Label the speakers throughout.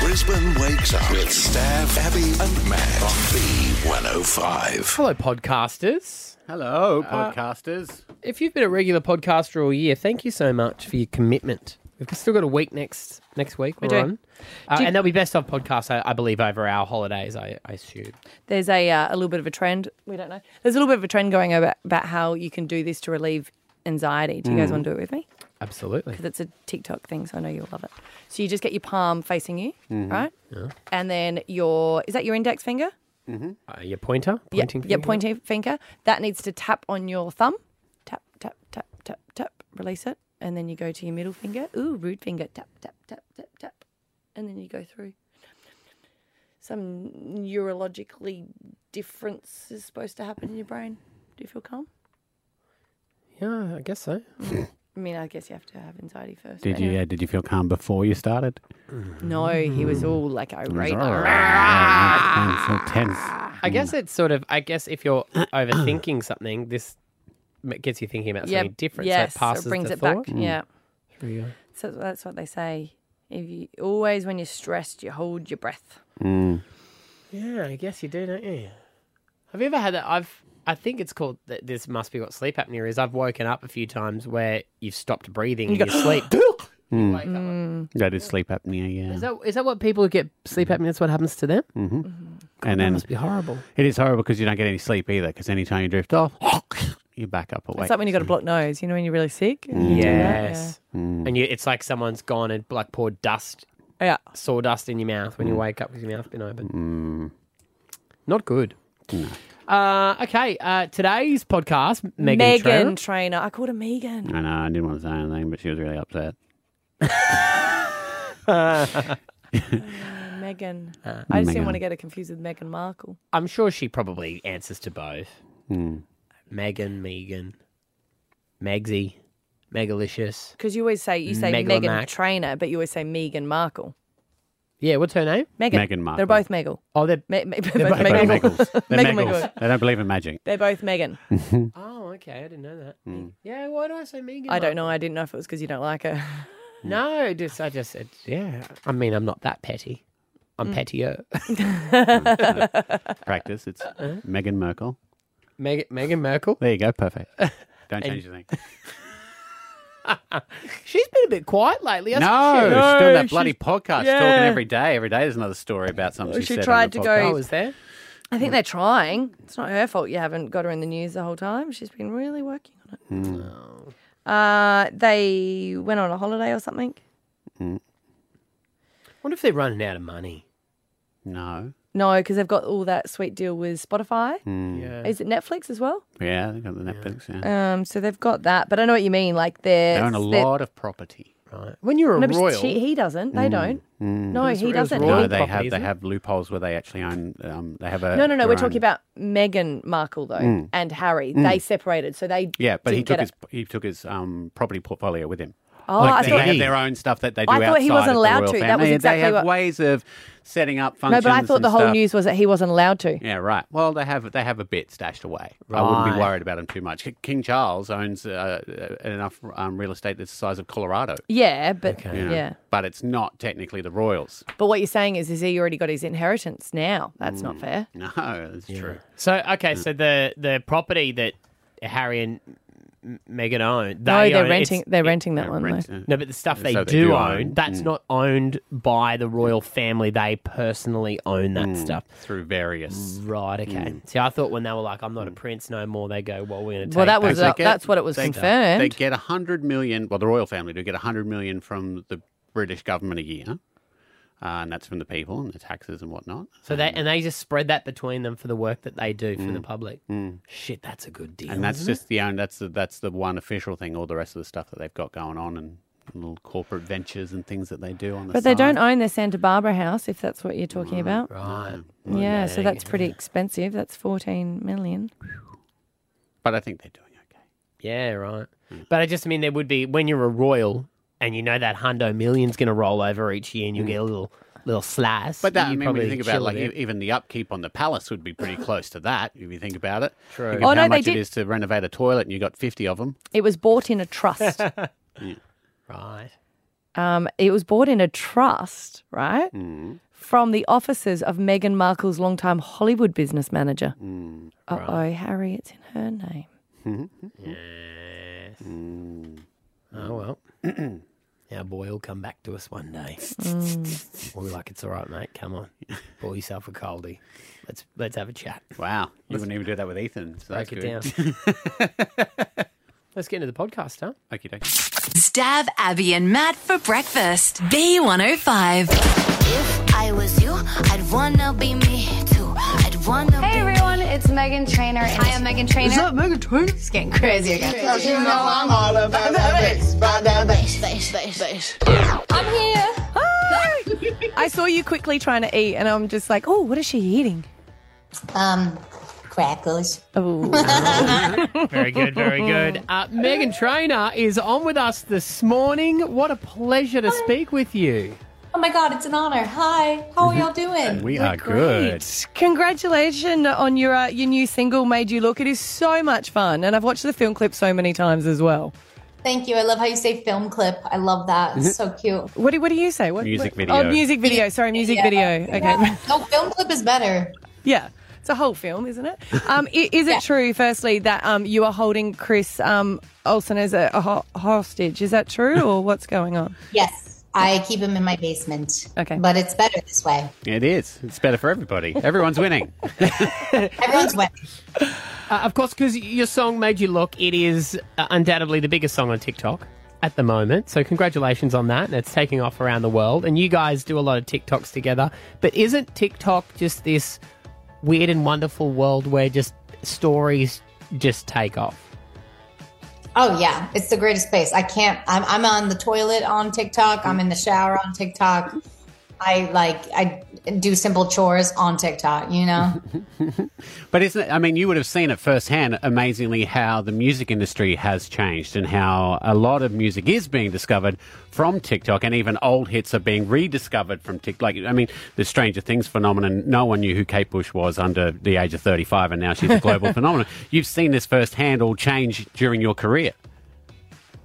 Speaker 1: Brisbane wakes up with Stav, Abby, and Matt on B105.
Speaker 2: Hello, podcasters.
Speaker 3: Hello, podcasters.
Speaker 2: If you've been a regular podcaster all year, thank you so much for your commitment. We've still got a week next next week. We're
Speaker 4: do.
Speaker 2: on, uh,
Speaker 4: Do you-
Speaker 2: and there'll be best of podcasts, I, I believe, over our holidays. I, I assume.
Speaker 4: there's a uh, a little bit of a trend. We don't know. There's a little bit of a trend going over about how you can do this to relieve anxiety. Do you guys want to do it with me?
Speaker 2: Absolutely.
Speaker 4: Because it's a TikTok thing, so I know you'll love it. So you just get your palm facing you,
Speaker 2: Mm-hmm.
Speaker 4: right? And then your is that your index finger?
Speaker 2: Uh, your pointer,
Speaker 4: Mm-hmm. Yeah,
Speaker 2: pointing.
Speaker 4: yeah,
Speaker 2: finger?
Speaker 4: pointing finger. That needs to tap on your thumb. Tap, tap, tap, tap, tap. Release it, and then you go to your middle finger. Ooh, rude finger. Tap, tap, tap, tap, tap, and then you go through. Some neurologically difference is supposed to happen in your brain. Do you feel calm?
Speaker 2: Yeah, I guess so.
Speaker 4: I mean, I guess you have to have anxiety first.
Speaker 3: Did
Speaker 4: but
Speaker 3: you
Speaker 4: anyway.
Speaker 3: yeah, did you feel calm before you started?
Speaker 4: No, he was all like irate.
Speaker 2: Ah!
Speaker 3: I'm Ah, so tense.
Speaker 4: Ah.
Speaker 2: I guess it's sort of. I guess if you're overthinking something, this m- gets you thinking about
Speaker 4: Yeah,
Speaker 2: something different.
Speaker 4: Yes,
Speaker 2: so it passes
Speaker 4: brings
Speaker 2: the
Speaker 4: it
Speaker 2: thought. Mm.
Speaker 4: back. Yeah.
Speaker 2: through your-
Speaker 4: So that's what they say. If you always when you're stressed, you hold your breath.
Speaker 2: Yeah, I guess you do, don't you? Have you ever had that? I've. I think it's called. th- This must be what sleep apnea is. I've woken up a few times where you've stopped breathing and you sleep. You wake up like-
Speaker 4: Mm.
Speaker 3: That is Hmm. sleep apnea, yeah.
Speaker 2: Is that is that what people who get sleep apnea? That's what happens to them.
Speaker 3: Mm-hmm. and then
Speaker 2: Must be horrible.
Speaker 3: it is horrible because you don't get any sleep either. Because anytime you drift off, you're back up awake. Mm-hmm.
Speaker 4: It's like when you got a blocked nose, you know, when you're really sick. and you do that,
Speaker 2: Yes,
Speaker 4: Mm.
Speaker 2: and you, it's like someone's gone and like poured dust,
Speaker 4: Yeah. yeah.
Speaker 2: sawdust in your mouth
Speaker 4: Mm.
Speaker 2: when you wake up with your mouth been open.
Speaker 3: Mm-hmm.
Speaker 2: Not good. Uh, okay, uh, today's podcast, Megan. Trevor.
Speaker 4: Trainer. I called her Megan.
Speaker 3: I know. I didn't want to say anything, but she was really upset.
Speaker 4: Megan.
Speaker 2: Uh,
Speaker 4: I just didn't
Speaker 3: Meghan.
Speaker 4: want to get her confused with Meghan Markle.
Speaker 2: I'm sure she probably answers to both.
Speaker 3: Hmm.
Speaker 2: Megan, Megan, Megsy, Megalicious.
Speaker 4: Because you always say you say
Speaker 2: Megalomaniac.
Speaker 4: Megan Trainer, but you always say Megan Markle.
Speaker 2: Yeah, what's her name?
Speaker 4: Megan.
Speaker 3: Meghan Markle.
Speaker 4: They're both Megal.
Speaker 2: Oh, they're.
Speaker 4: Me- me-
Speaker 2: both
Speaker 4: both
Speaker 3: They're
Speaker 2: Meghan.
Speaker 4: Megal.
Speaker 3: Meggles. They're
Speaker 4: Meghan
Speaker 3: Meggles.
Speaker 4: Markle.
Speaker 3: They don't believe in magic. Hmm.
Speaker 4: They're both Megan.
Speaker 2: Oh, okay, I didn't know that. Yeah, why do I say Megan?
Speaker 4: I don't know. I didn't know if it was because you don't like her.
Speaker 2: No, just I just said yeah. I mean, I'm not that petty.
Speaker 4: Hmm.
Speaker 2: I'm pettier. Uh-huh.
Speaker 3: Practice. It's
Speaker 4: Uh-huh.
Speaker 3: Meghan Merkel.
Speaker 2: Meg- Meghan Merkel.
Speaker 3: There you go. Perfect. Don't change your thing.
Speaker 2: She's been a bit quiet lately. hasn't
Speaker 3: No,
Speaker 2: she?
Speaker 3: she's doing that
Speaker 2: she's-
Speaker 3: bloody podcast, talking
Speaker 2: Yeah.
Speaker 3: every day. Every day there's another story about something she,
Speaker 4: She
Speaker 3: said on
Speaker 4: tried
Speaker 3: the Oh,
Speaker 4: to
Speaker 2: I
Speaker 4: go-
Speaker 2: was there.
Speaker 4: I think they're trying. It's not her fault you haven't got her in the news the whole time. She's been really working on it.
Speaker 3: Hmm.
Speaker 2: Um,
Speaker 4: Uh, they went on a holiday or something.
Speaker 3: Hmm.
Speaker 2: wonder if they're running out of money.
Speaker 3: No.
Speaker 4: No, because they've got all that sweet deal with Spotify.
Speaker 2: Yeah.
Speaker 4: Is it Netflix as well?
Speaker 3: Yeah, they got the Netflix. Hmm. Yeah.
Speaker 4: Um, so they've got that, but I know what you mean. Like they're
Speaker 3: they own a
Speaker 4: they're-
Speaker 3: lot of property. Mm.
Speaker 2: Right. When you're a
Speaker 4: No, but
Speaker 2: royal,
Speaker 4: she, he doesn't. They don't. No,
Speaker 2: it
Speaker 4: he
Speaker 2: was
Speaker 4: doesn't.
Speaker 2: royal.
Speaker 3: Hmm. No,
Speaker 4: He-
Speaker 3: they
Speaker 2: property,
Speaker 3: have
Speaker 2: isn't
Speaker 3: they
Speaker 2: it?
Speaker 3: have loopholes where they actually own. Um, they have a.
Speaker 4: No, no, no.
Speaker 3: their
Speaker 4: We're talking
Speaker 3: own-
Speaker 4: about Meghan Markle though, and Harry. They separated, so they
Speaker 3: Hmm. Yeah, but he
Speaker 4: didn't
Speaker 3: took
Speaker 4: get
Speaker 3: his
Speaker 4: it.
Speaker 3: he took his um, property portfolio with him.
Speaker 4: Oh,
Speaker 3: Like,
Speaker 4: I
Speaker 3: they
Speaker 4: thought
Speaker 3: have
Speaker 4: he-
Speaker 3: their own stuff that they do
Speaker 4: I thought he
Speaker 3: outside
Speaker 4: wasn't
Speaker 3: of the
Speaker 4: allowed
Speaker 3: royal
Speaker 4: to. That
Speaker 3: family.
Speaker 4: was exactly
Speaker 3: They have
Speaker 4: what-
Speaker 3: ways of setting up
Speaker 4: No,
Speaker 3: functions.
Speaker 4: but I thought
Speaker 3: and
Speaker 4: the whole
Speaker 3: stuff.
Speaker 4: news was that he wasn't allowed to.
Speaker 3: Yeah, right. Well, they have they have a bit stashed away. I wouldn't
Speaker 2: Right.
Speaker 3: be worried about them too much. K- King Charles owns uh, uh, enough um, real estate that's the size of Colorado.
Speaker 4: Yeah, but
Speaker 3: you know,
Speaker 4: yeah.
Speaker 3: but it's not technically the royals.
Speaker 4: But what you're saying is, is he already got his inheritance now? That's
Speaker 3: Mm.
Speaker 4: not fair.
Speaker 3: No, that's true.
Speaker 2: So okay,
Speaker 3: Hmm.
Speaker 2: so the the property that Harry and M- Meghan own, they
Speaker 4: No,
Speaker 2: own,
Speaker 4: they're
Speaker 2: it's-
Speaker 4: renting. They're renting that
Speaker 3: Uh,
Speaker 4: one.
Speaker 3: rent-
Speaker 4: though.
Speaker 3: uh,
Speaker 2: No, but the stuff they,
Speaker 3: So
Speaker 2: do, own,
Speaker 3: Hmm.
Speaker 2: that's not owned by the royal family. They personally own that stuff.
Speaker 3: through Hmm. various.
Speaker 2: Right, okay.
Speaker 3: Mm.
Speaker 2: See, I thought when they were like, I'm not a prince no more, they go, well, we're going to
Speaker 4: Well, that
Speaker 2: take
Speaker 4: was
Speaker 3: They
Speaker 4: uh,
Speaker 3: get-
Speaker 4: that's what it was
Speaker 3: they-
Speaker 4: confirmed.
Speaker 3: They get a hundred million. Well, the royal family do get a hundred million from the British government a year, uh, and that's from the people and the taxes and whatnot.
Speaker 2: So they and they just spread that between them for the work that they do for the public. Shit, that's a good deal.
Speaker 3: Hmm. And that's
Speaker 2: isn't it?
Speaker 3: just the own. That's the that's the one official thing. All the rest of the stuff that they've got going on and little corporate ventures and things that they do on the
Speaker 4: But they
Speaker 3: side. Mm,
Speaker 4: don't own their Santa Barbara house, if that's what you're talking about.
Speaker 2: right.
Speaker 4: Yeah, so that's pretty expensive. That's 14 million.
Speaker 3: But I think they're doing okay.
Speaker 2: Yeah, right. But I just mean there would be when you're a royal and you know that hundo million's going to roll over each year, and you get a little little slice.
Speaker 3: Mm. But that, I
Speaker 2: you
Speaker 3: mean, when you
Speaker 2: probably
Speaker 3: think
Speaker 2: chill
Speaker 3: about
Speaker 2: a
Speaker 3: like e
Speaker 2: bit.
Speaker 3: even the upkeep on the palace would be pretty close to that if you think about it.
Speaker 2: True.
Speaker 3: Think
Speaker 4: Oh,
Speaker 3: of
Speaker 4: no,
Speaker 3: how
Speaker 4: they
Speaker 3: much
Speaker 4: did-
Speaker 3: it is to renovate a toilet, and you got fifty of them.
Speaker 4: It was bought in a trust.
Speaker 2: right.
Speaker 3: Mm.
Speaker 4: um, it was bought in a trust, right? from the offices of Meghan Markle's longtime Hollywood business manager.
Speaker 3: Mm,
Speaker 4: uh oh, Harry, it's in her name.
Speaker 3: Mm-hmm.
Speaker 2: Yes. Oh well. Our boy will come back to us one day. we'll be like, "It's all right, mate. Come on, pour yourself a coldie. Let's let's have a chat.
Speaker 3: Wow. You wouldn't even do that with Ethan. So that's
Speaker 2: Break it
Speaker 3: good.
Speaker 2: down. let's get into the podcast, huh?
Speaker 3: Okie dokie.
Speaker 5: Stab Abby and Matt for breakfast. B105.
Speaker 6: If I was you, I'd wanna be me too. I'd wanna
Speaker 7: Hey
Speaker 6: be
Speaker 7: everyone, it's Megan Trainer. I am Megan Trainer. Is that Megan Trainer? It's getting crazy again.
Speaker 8: Cause you know I'm all about that bass, about that bass.
Speaker 6: face, face, face.
Speaker 7: I'm here.
Speaker 4: I saw you quickly trying to eat, and I'm just like, oh, what is she eating?
Speaker 8: Um, crackers.
Speaker 2: Very good, very good. Uh, Megan Trainer is on with us this morning. What a pleasure to speak with you.
Speaker 9: Oh my god, it's an honor. Hi, how are y'all doing?
Speaker 3: Mhm. We are good.
Speaker 4: Congratulations on your uh, your new single, Made You Look. It is so much fun, and I've watched the film clip so many times as well.
Speaker 9: Thank you. I love how you say film clip. I love that. It's so cute.
Speaker 4: What do, what do you say? What,
Speaker 3: Music
Speaker 4: what-
Speaker 3: video.
Speaker 4: Oh, music video. Sorry, music video. Okay.
Speaker 9: No, film clip is better.
Speaker 4: yeah. It's a whole film, isn't it? Um, i- is it true, firstly, that um, you are holding Chris um, Olsen as a, a ho- hostage? Is that true, or what's going on?
Speaker 9: Yes. I keep him in my basement.
Speaker 4: Okay.
Speaker 9: But it's better this way.
Speaker 3: It is. It's better for everybody. Everyone's winning.
Speaker 9: Everyone's winning.
Speaker 2: Uh, of course, because your song made you look. It is uh, undoubtedly the biggest song on TikTok at the moment. So congratulations on that, and it's taking off around the world. And you guys do a lot of TikToks together. But isn't TikTok just this weird and wonderful world where just stories just take off?
Speaker 9: Oh yeah, it's the greatest place. I can't. I'm, I'm on the toilet on TikTok. I'm in the shower on TikTok. I like I do simple chores on TikTok. You know.
Speaker 3: But isn't it? I mean, you would have seen it firsthand, amazingly, how the music industry has changed and how a lot of music is being discovered from TikTok and even old hits are being rediscovered from TikTok. Like, I mean, the Stranger Things phenomenon, no one knew who Kate Bush was under the age of 35, and now she's a global phenomenon. You've seen this firsthand all change during your career.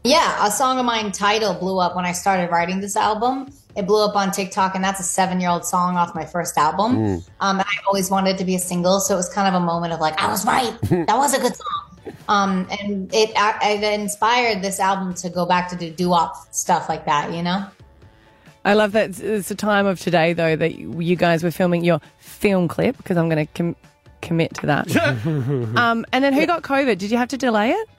Speaker 9: Yeah, a song of mine, Title, blew up when I started writing this album. It blew up on TikTok, and that's a seven year old song off my first album.
Speaker 1: Mm.
Speaker 9: Um, and I always wanted it to be a single, so it was kind of a moment of like, I was right. that was a good song. Um, and it, I, it inspired this album to go back to do doo wop stuff like that, you know?
Speaker 4: I love that it's- it's the time of today, though, that you guys were filming your film clip, because I'm going to com- commit to that. um, and then who got COVID? Did you have to delay it?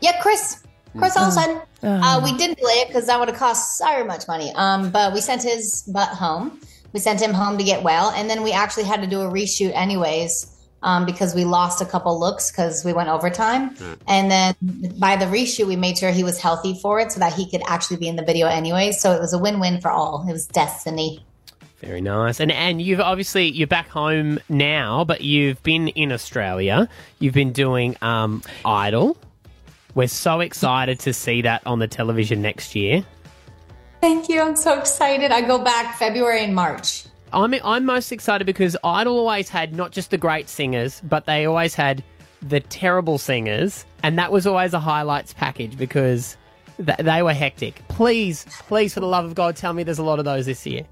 Speaker 9: Yeah, Chris. Chris Olsen.
Speaker 4: Oh.
Speaker 9: Uh, we didn't delay it because that would have cost so much money. Um, but we sent his butt home. We sent him home to get well, and then we actually had to do a reshoot anyways um, because we lost a couple looks because we went overtime. And then by the reshoot, we made sure he was healthy for it so that he could actually be in the video anyway. So it was a win-win for all. It was destiny.
Speaker 2: Very nice. And and you've obviously you're back home now, but you've been in Australia. You've been doing um, Idol. We're so excited to see that on the television next year.
Speaker 9: Thank you. I'm so excited. I go back February and March.
Speaker 2: I'm I'm most excited because Idol always had not just the great singers, but they always had the terrible singers, and that was always a highlights package because th- they were hectic. Please, please, for the love of God, tell me there's a lot of those this year.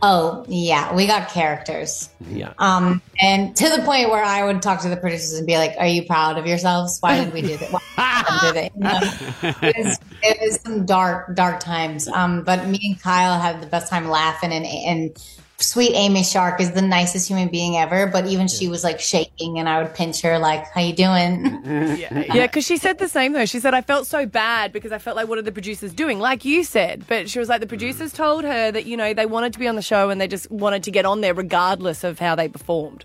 Speaker 9: Oh yeah, we got characters.
Speaker 2: Yeah.
Speaker 9: Um, and to the point where I would talk to the producers and be like, "Are you proud of yourselves? Why did we do that? Why did we do that?" You know, it, was, it was some dark, dark times. Um, but me and Kyle had the best time laughing, and and sweet Amy Shark is the nicest human being ever. But even she was like shaking, and I would pinch her like, "How you doing?"
Speaker 4: Yeah, because she said the same though. She said, I felt so bad because I felt like, what are the producers doing? Like you said. But she was like, the producers told her that, you know, they wanted to be on the show and they just wanted to get on there regardless of how they performed.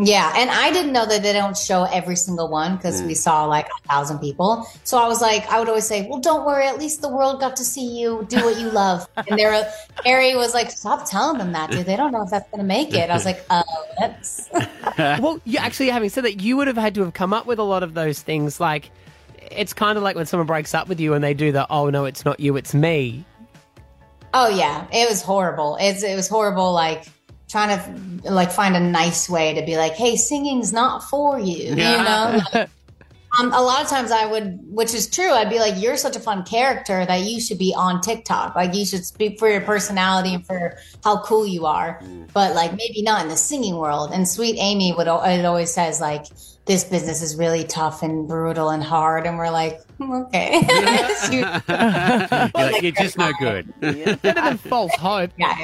Speaker 9: yeah, and I didn't know that they don't show every single one because we saw like a thousand people. So I was like, I would always say, "Well, don't worry. At least the world got to see you do what you love." And they were, Harry was like, "Stop telling them that, dude. They don't know if that's gonna make it." I was like, "Oh, that's
Speaker 2: well, you actually having said that, you would have had to have come up with a lot of those things. Like, it's kind of like when someone breaks up with you and they do the, oh no, it's not you, it's me.
Speaker 9: oh yeah, it was horrible. It's it was horrible. Like trying to like find a nice way to be like, "Hey, singing's not for you," you know. Um, a lot of times I would, which is true, I'd be like, "You're such a fun character that you should be on TikTok. Like, you should speak for your personality and for how cool you are."
Speaker 2: Mm.
Speaker 9: But like, maybe not in the singing world. And sweet Amy would, al- it always says like, "This business is really tough and brutal and hard," and we're like, "Mm, "Okay." She- yeah,
Speaker 3: You're, like, "You're just no good.
Speaker 2: Better than false hope.
Speaker 9: yeah,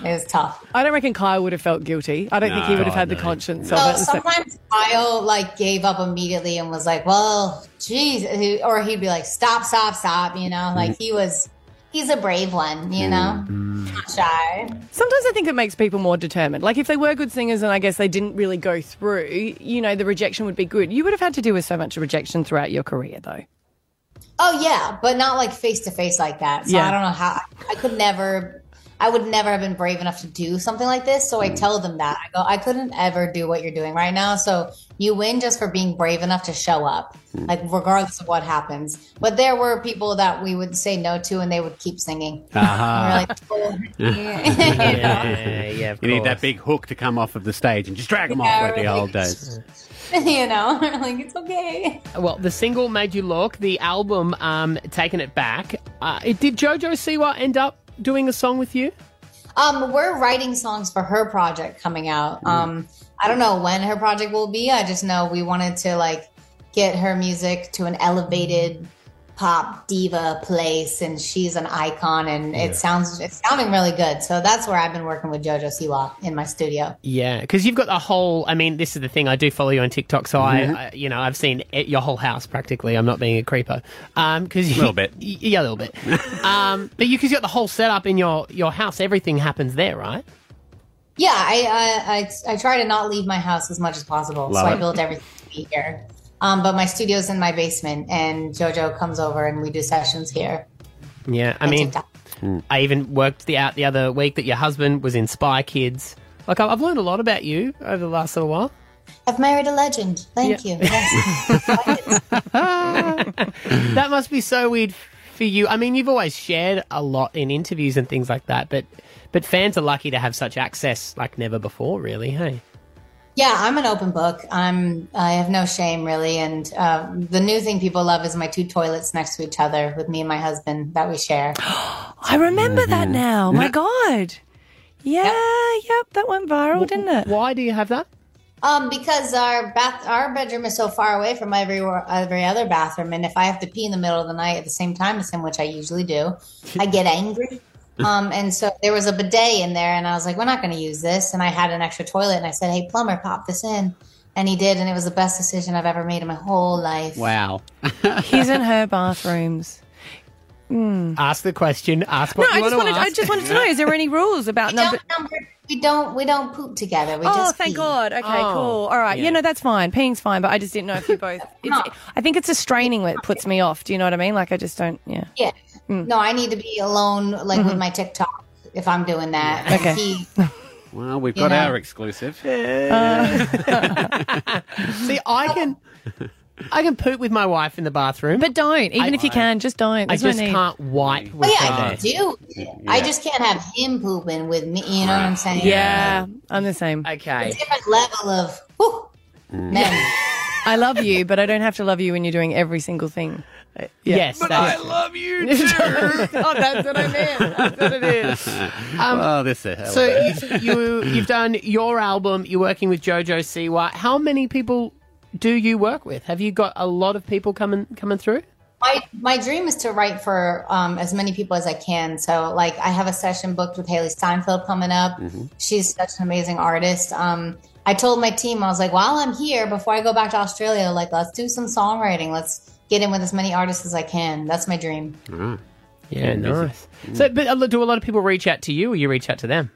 Speaker 9: yeah. It was tough.
Speaker 4: I don't reckon Kyle would have felt guilty. I don't think he
Speaker 3: No,
Speaker 4: would have had the
Speaker 3: no.
Speaker 4: conscience
Speaker 9: So
Speaker 4: of it. So-
Speaker 9: sometimes Kyle like gave up immediately and was like, "Well, geez," he- or he'd be like, "Stop, stop, stop," you know. Like he was, he's a brave one, you know, not shy.
Speaker 4: Sometimes I think it makes people more determined. Like if they were good singers and I guess they didn't really go through, you know, the rejection would be good. You would have had to deal with so much rejection throughout your career, though.
Speaker 9: Oh yeah, but not like face to face like that. So
Speaker 4: Yeah.
Speaker 9: I don't know how I could never. I would never have been brave enough to do something like this. So I tell them that I go, I couldn't ever do what you're doing right now. So you win just for being brave enough to show up, like regardless of what happens. But there were people that we would say no to, and they would keep singing.
Speaker 3: Aha.
Speaker 9: And we're like, oh, yeah.
Speaker 2: Yeah, yeah, of
Speaker 3: You need that
Speaker 2: course.
Speaker 3: big hook to come off of the stage and just drag them
Speaker 9: Yeah,
Speaker 3: off like the
Speaker 9: really.
Speaker 3: old days.
Speaker 9: you know, We're like it's okay.
Speaker 2: Well, the single made you look. The album, um, taking it back. Uh, it, did JoJo Siwa end up doing a song with you?
Speaker 9: Um, we're writing songs for her project coming out.
Speaker 3: Mm-hmm.
Speaker 9: Um, I don't know when her project will be. I just know we wanted to like get her music to an elevated pop diva place, and she's an icon, and it sounds it's sounding really good. So that's where I've been working with JoJo Siwa in my studio.
Speaker 2: Yeah, because you've got the whole. I mean, this is the thing. I do follow you on TikTok, so I, I, you know, I've seen it, your whole house practically. I'm not being a creeper, um, because a
Speaker 3: Little bit.
Speaker 2: yeah, a little bit. um, but you, because you got the whole setup in your your house, everything happens there, right?
Speaker 9: Yeah, I I, I I try to not leave my house as much as possible,
Speaker 3: Love
Speaker 9: so I
Speaker 3: it.
Speaker 9: build everything to be here. Um, but my studio's in my basement, and JoJo comes over, and we do sessions here.
Speaker 2: Yeah, I
Speaker 9: on
Speaker 2: mean,
Speaker 9: TikTok.
Speaker 2: I even worked the out the other week that your husband was in Spy Kids. Like, I- I've learned a lot about you over the last little while.
Speaker 9: I've married a legend. Thank you. Yes.
Speaker 2: That must be so weird for you. I mean, you've always shared a lot in interviews and things like that, but but fans are lucky to have such access like never before, really. Hey,
Speaker 9: yeah, I'm an open book. I'm. I have no shame, really. And uh, the new thing people love is my two toilets next to each other with me and my husband that we share.
Speaker 4: I remember
Speaker 2: Mm-hmm.
Speaker 4: that now. My God. Yeah, yep, that went viral, didn't it?
Speaker 2: why do you have that?
Speaker 9: Um, because our bath, our bedroom is so far away from every every other bathroom, and if I have to pee in the middle of the night at the same time as him, which I usually do, I get angry. Um, and so there was a bidet in there, and I was like, "We're not going to use this." And I had an extra toilet, and I said, "Hey, plumber, pop this in," and he did, and it was the best decision I've ever made in my whole life.
Speaker 3: Wow.
Speaker 4: His and her bathrooms. Hmm.
Speaker 2: Ask the question. Ask
Speaker 4: No,
Speaker 2: what
Speaker 4: I
Speaker 2: you
Speaker 4: just
Speaker 2: want
Speaker 4: wanted.
Speaker 2: to ask.
Speaker 4: I just wanted to know: is there any rules about
Speaker 9: We
Speaker 4: number?
Speaker 9: don't number- we don't we don't poop together. We
Speaker 4: Oh,
Speaker 9: just
Speaker 4: thank
Speaker 9: pee.
Speaker 4: God. Okay,
Speaker 2: Oh,
Speaker 4: cool. All right. Yeah.
Speaker 2: yeah.
Speaker 4: no, that's fine. Peeing's fine, but I just didn't know if you both. It's, I think it's a straining that puts me off. Do you know what I mean? Like, I just don't. Yeah.
Speaker 9: Yeah.
Speaker 4: Hmm.
Speaker 9: No, I need to be alone, like with my TikTok, if I'm doing that.
Speaker 4: Mm-hmm. Okay.
Speaker 9: He-
Speaker 3: Well, we've got
Speaker 9: know.
Speaker 3: our exclusive.
Speaker 2: Uh, See, I can, I can poop with my wife in the bathroom, but
Speaker 4: But don't. Even if you can, just don't.
Speaker 2: I
Speaker 4: There's no
Speaker 2: just
Speaker 4: need.
Speaker 2: can't wipe with
Speaker 9: Well, yeah, I can
Speaker 2: her.
Speaker 9: do. it. I just can't have him pooping with me. You know what I'm saying?
Speaker 4: Yeah, I'm the same. I,
Speaker 2: Okay. Mm.
Speaker 9: Different level of whew, men.
Speaker 4: love you, but I don't have to love you when you're doing every single thing.
Speaker 2: Yes, that's,
Speaker 3: love
Speaker 2: oh,
Speaker 3: you
Speaker 2: that's what I meant. That's what it is. Um,
Speaker 3: oh, this is
Speaker 2: So you, you you've done your album. You're working with JoJo Siwa. How many people do you work with? Have you got a lot of people coming coming through?
Speaker 9: My my dream is to write for um, as many people as I can. So like I have a session booked with Haley Steinfeld coming up.
Speaker 1: Mm.
Speaker 9: She's such an amazing artist. Um, I told my team I was like, while I'm here, before I go back to Australia, like let's do some songwriting. Let's get in with as many artists as I can. That's my dream.
Speaker 3: Ah.
Speaker 2: Yeah, nice. So, but a lo- do a lot of people reach out to you, or you reach out to them?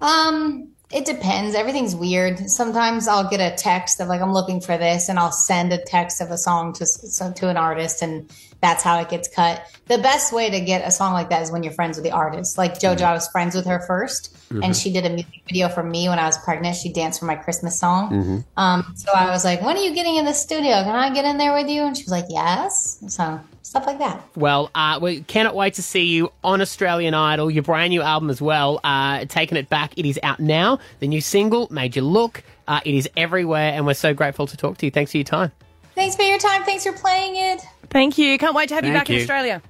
Speaker 9: Um, it depends. Everything's weird. Sometimes I'll get a text of like I'm looking for this, and I'll send a text of a song to s- so- to an artist, and that's how it gets cut. The best way to get a song like that is when you're friends with the artist. Like JoJo, I was friends with her 1st and she did a music video for me when I was pregnant. She danced for my Christmas song.
Speaker 1: Mm.
Speaker 9: Um, so I was like, "When are you getting in the studio? Can I get in there with you?" And she was like, "Yes." So stuff like that.
Speaker 2: Well, uh, we cannot wait to see you on Australian Idol, your brand new album as well, uh, Taking It Back. It is out now. The new single, Made You Look. Uh, it is everywhere, and we're so grateful to talk to you. Thanks for your time.
Speaker 9: Thanks for your time. Thanks for playing it.
Speaker 4: Thank you. Can't wait to have you
Speaker 3: Thank
Speaker 4: back
Speaker 3: you.
Speaker 4: in Australia.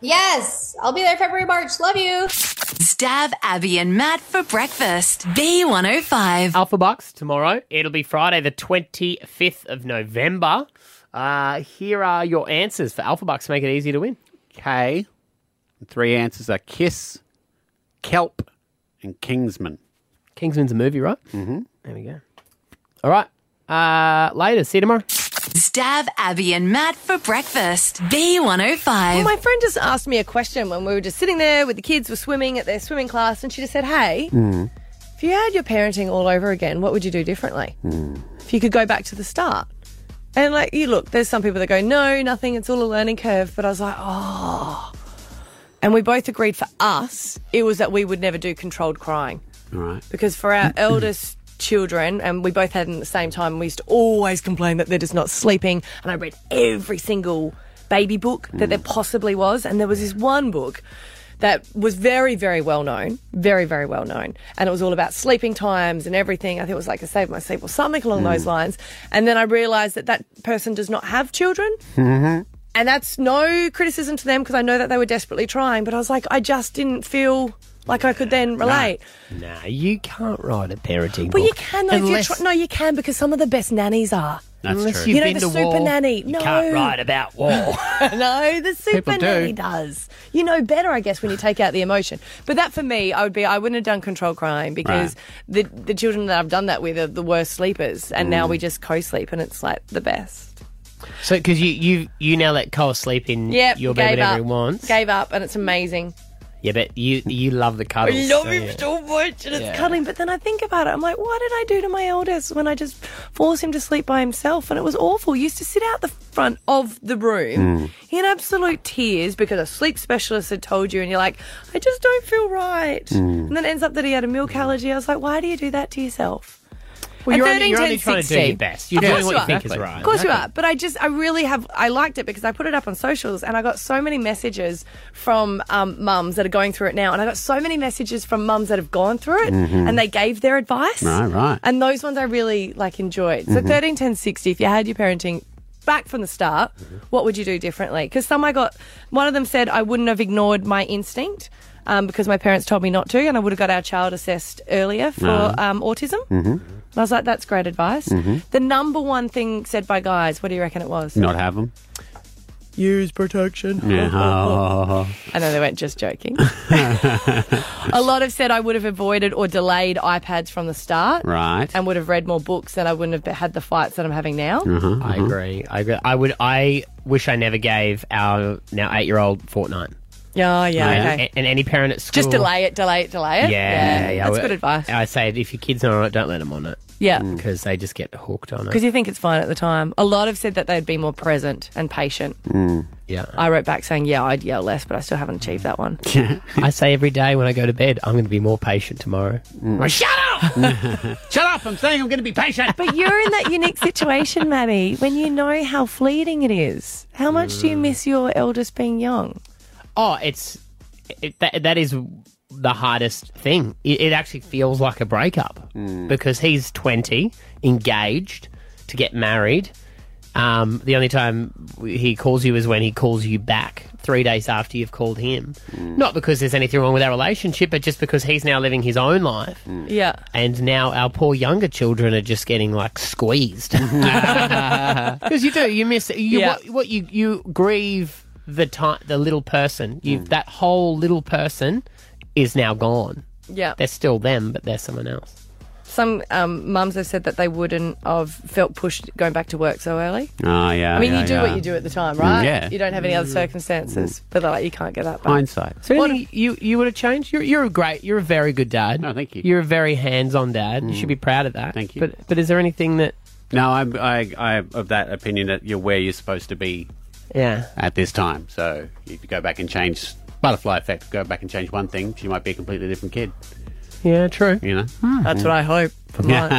Speaker 9: Yes, I'll be there February, March. Love you.
Speaker 5: Stab Abby and Matt for breakfast. B105.
Speaker 2: Alpha Bucks tomorrow. It'll be Friday, the 25th of November. Uh, here are your answers for Alpha Bucks. Make it easy to win.
Speaker 3: K. Three answers are Kiss, Kelp, and Kingsman.
Speaker 2: Kingsman's a movie, right? Mm-hmm. There we go. All right. Uh, later. See you tomorrow.
Speaker 5: Stab Abby and Matt for breakfast. B105.
Speaker 4: My friend just asked me a question when we were just sitting there with the kids were swimming at their swimming class, and she just said, "Hey,
Speaker 10: Mm.
Speaker 4: if you had your parenting all over again, what would you do differently?
Speaker 2: Hmm.
Speaker 4: If you could go back to the start." And like you look, there's some people that go, "No, nothing. It's all a learning curve." But I was like, "Oh," and we both agreed for us, it was that we would never do controlled crying.
Speaker 3: All right.
Speaker 4: because for our eldest children, and we both had them at the same time, we used to always complain that they're just not sleeping. And I read every single baby book that there possibly was. And there was this one book that was very, very well known, very, very well known. And it was all about sleeping times and everything. I think it was like a save my sleep or something along those lines. And then I realized that that person does not have children. And that's no criticism to them because I know that they were desperately trying, but I was like, I just didn't feel like I could then relate.
Speaker 2: Nah, you can't write a parenting
Speaker 4: Well, you can though.
Speaker 2: Unless-
Speaker 4: If you're tr- no, you can because some of the best nannies are.
Speaker 3: That's
Speaker 2: Unless
Speaker 3: true.
Speaker 2: you've
Speaker 4: You know,
Speaker 2: been
Speaker 4: the
Speaker 2: to
Speaker 4: super
Speaker 2: war,
Speaker 4: nanny.
Speaker 2: You
Speaker 4: No.
Speaker 2: can't write about war.
Speaker 4: no, the super
Speaker 3: People do.
Speaker 4: nanny does. You know better, I guess, when you take out the emotion. But that for me, I would be. I wouldn't have done control crying because the the children that I've done that with are the worst sleepers, and
Speaker 3: Mm.
Speaker 4: now we just co-sleep, and it's like the best.
Speaker 2: so, because you, you you now let Cole sleep in
Speaker 4: Yep,
Speaker 2: your bed
Speaker 4: gave
Speaker 2: whenever
Speaker 4: up.
Speaker 2: he wants.
Speaker 4: Gave up, and it's amazing.
Speaker 2: yeah, but you you love the
Speaker 4: I
Speaker 2: cuddles.
Speaker 4: love
Speaker 2: so
Speaker 4: him
Speaker 2: yeah.
Speaker 4: so much, and it's
Speaker 2: Yeah.
Speaker 4: cuddling. But then I think about it, I'm like, what did I do to my eldest when I just forced him to sleep by himself? And it was awful. He used to sit out the front of the room in absolute tears because a sleep specialist had told you, and you're like, I just don't feel right. And then it ends up that he had a milk allergy. I was like, why do you do that to yourself?
Speaker 2: Well,
Speaker 4: At
Speaker 2: you're only,
Speaker 4: 13,
Speaker 2: you're only
Speaker 4: 10,
Speaker 2: trying to do your
Speaker 4: 16.
Speaker 2: best. You're
Speaker 4: Of
Speaker 2: doing
Speaker 4: course
Speaker 2: what
Speaker 4: you
Speaker 2: you think
Speaker 4: are.
Speaker 2: is right.
Speaker 4: Of course you are, but I just, I really have, I liked it because I put it up on socials and I got so many messages from um, mums that are going through it now, and I got so many messages from mums that have gone through it and they gave their advice.
Speaker 3: Mm-hmm. Right, right. Mm-hmm.
Speaker 4: And those ones I really like enjoyed. So thirteen, ten, sixty. If you had your parenting back from the start,
Speaker 3: Mm-hmm.
Speaker 4: what would you do differently? Because some I got, one of them said I wouldn't have ignored my instinct. Um, because my parents told me not to, and I would have got our child assessed earlier for um, autism.
Speaker 3: Mm-hmm.
Speaker 4: And I was like, that's great advice. The number one thing said by guys, what do you reckon it was?
Speaker 3: Not have them.
Speaker 4: Use protection.
Speaker 3: Yeah.
Speaker 4: I know they weren't just joking. a lot have said I would have avoided or delayed iPads from the start
Speaker 3: Right.
Speaker 4: and would have read more books and I wouldn't have had the fights that I'm having now.
Speaker 2: Oh, I agree. I agree. I would. I wish I never gave our now eight year old Fortnite.
Speaker 4: Yeah, oh, yeah,
Speaker 2: And-
Speaker 4: okay.
Speaker 2: And, any parent at school
Speaker 4: Just delay it, delay it, delay
Speaker 2: Yeah,
Speaker 4: it.
Speaker 2: yeah,
Speaker 4: that's
Speaker 2: I-
Speaker 4: good advice.
Speaker 2: I say if your kids are on it, don't let them on it
Speaker 4: yeah.
Speaker 2: because they just get hooked on
Speaker 4: Because
Speaker 2: it.
Speaker 4: you think it's fine at the time. A lot have said that they'd be more present and patient.
Speaker 2: Yeah.
Speaker 4: I wrote back saying, yeah, I'd yell less, but I still haven't achieved that one.
Speaker 2: I say every day when I go to bed, I'm going to be more patient tomorrow. Like, Shut up!
Speaker 3: Shut up! I'm saying I'm going to be patient.
Speaker 4: But you're in that unique situation, Maddie, when you know how fleeting it is. How much
Speaker 3: Mm.
Speaker 4: do you miss your eldest being young?
Speaker 2: Oh, it's it, that, that is the hardest thing. It, it actually feels like a breakup because he's twenty, engaged to get married. Um, the only time he calls you is when he calls you back three days after you've called him. Not because there's anything wrong with our relationship, but just because he's now living his own life.
Speaker 4: Yeah.
Speaker 2: And now our poor younger children are just getting like squeezed because you do you miss you,
Speaker 4: Yeah.
Speaker 2: what, what you you grieve the time the little person you
Speaker 3: Mm.
Speaker 2: that whole little person is now gone.
Speaker 4: Yeah.
Speaker 2: They're still them, but they're someone else.
Speaker 4: Some um, mums have said that they wouldn't have felt pushed going back to work so early.
Speaker 3: Oh yeah.
Speaker 4: I mean, you do what you do at the time, right?
Speaker 3: yeah. Mm.
Speaker 4: You don't have any other circumstances, but they're like, you can't get that back.
Speaker 3: Hindsight.
Speaker 2: So anything you you would have changed. You're you're a great. You're a very good dad.
Speaker 3: No, thank you. Mm.
Speaker 2: You're a very hands-on dad. You should be proud of that.
Speaker 3: Thank you.
Speaker 2: But but is there anything that
Speaker 3: No, I'm I, I am of that opinion that you're where you're supposed to be
Speaker 2: yeah
Speaker 3: at this time. So you could go back and change butterfly effect. Go back and change one thing. She might be a completely different kid.
Speaker 2: yeah true.
Speaker 3: You know.
Speaker 2: Hmm.
Speaker 4: That's what I hope for mine.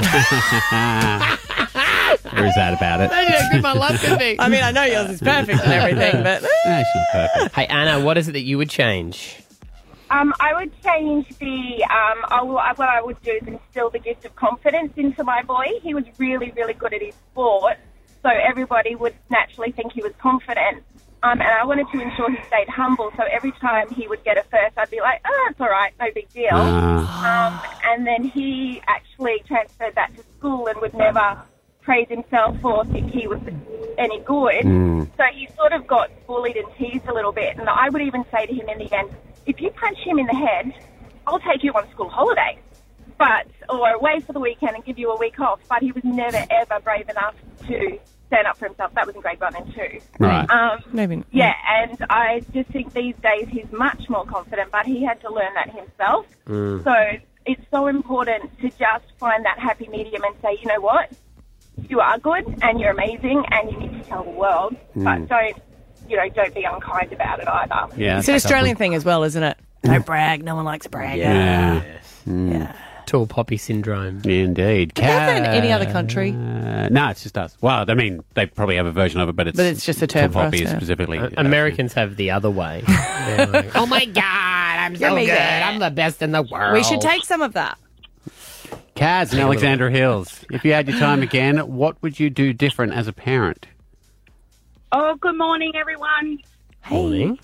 Speaker 3: Or is that about it?
Speaker 2: Imagine how good my life could be.
Speaker 4: I mean, I know yours is perfect and everything, but
Speaker 3: No, she's perfect.
Speaker 2: hey Anna, what is it that you would change?
Speaker 11: Um, I would change the. Um, I will, I, what I would do is instill the gift of confidence into my boy. He was really, really good at his sport, so everybody would naturally think he was confident. Um, and I wanted to ensure he stayed humble, so every time he would get a first, I'd be like, oh, it's all right, no big deal. Um, and then he actually transferred that to school and would never praise himself or think he was any good.
Speaker 12: Mm.
Speaker 11: So he sort of got bullied and teased a little bit. And I would even say to him in the end, if you punch him in the head, I'll take you on school holiday, but or away for the weekend and give you a week off. But he was never ever brave enough to stand up for himself. That was in grade one and two.
Speaker 4: Right.
Speaker 11: Um,
Speaker 4: Maybe not.
Speaker 11: yeah, and I just think these days he's much more confident, but he had to learn that himself.
Speaker 12: Mm.
Speaker 11: So it's so important to just find that happy medium and say, you know what, you are good and you're amazing and you need to tell the world,
Speaker 4: Mm.
Speaker 11: but don't. You know, don't be unkind about it either.
Speaker 4: it's an Australian thing as well, isn't it? Don't brag. No one likes bragging.
Speaker 3: Yeah. Hmm.
Speaker 2: Tall poppy syndrome.
Speaker 3: Indeed.
Speaker 4: Is that in any other country?
Speaker 3: Uh, no, it's just us. Well, I mean, they probably have a version of it, but it's
Speaker 2: But it's just a term for us,
Speaker 3: poppy
Speaker 2: yeah.
Speaker 3: specifically.
Speaker 2: Uh, Americans have the other way. They're like, oh my god, I'm
Speaker 4: You're
Speaker 2: so good.
Speaker 4: amazing.
Speaker 2: I'm the best in the world.
Speaker 4: We should take some of that.
Speaker 3: Kaz in
Speaker 2: Take a little-
Speaker 3: Alexandra Hills. If you had your time again, what would you do different as a parent?
Speaker 13: Oh, good morning, everyone.
Speaker 3: Morning.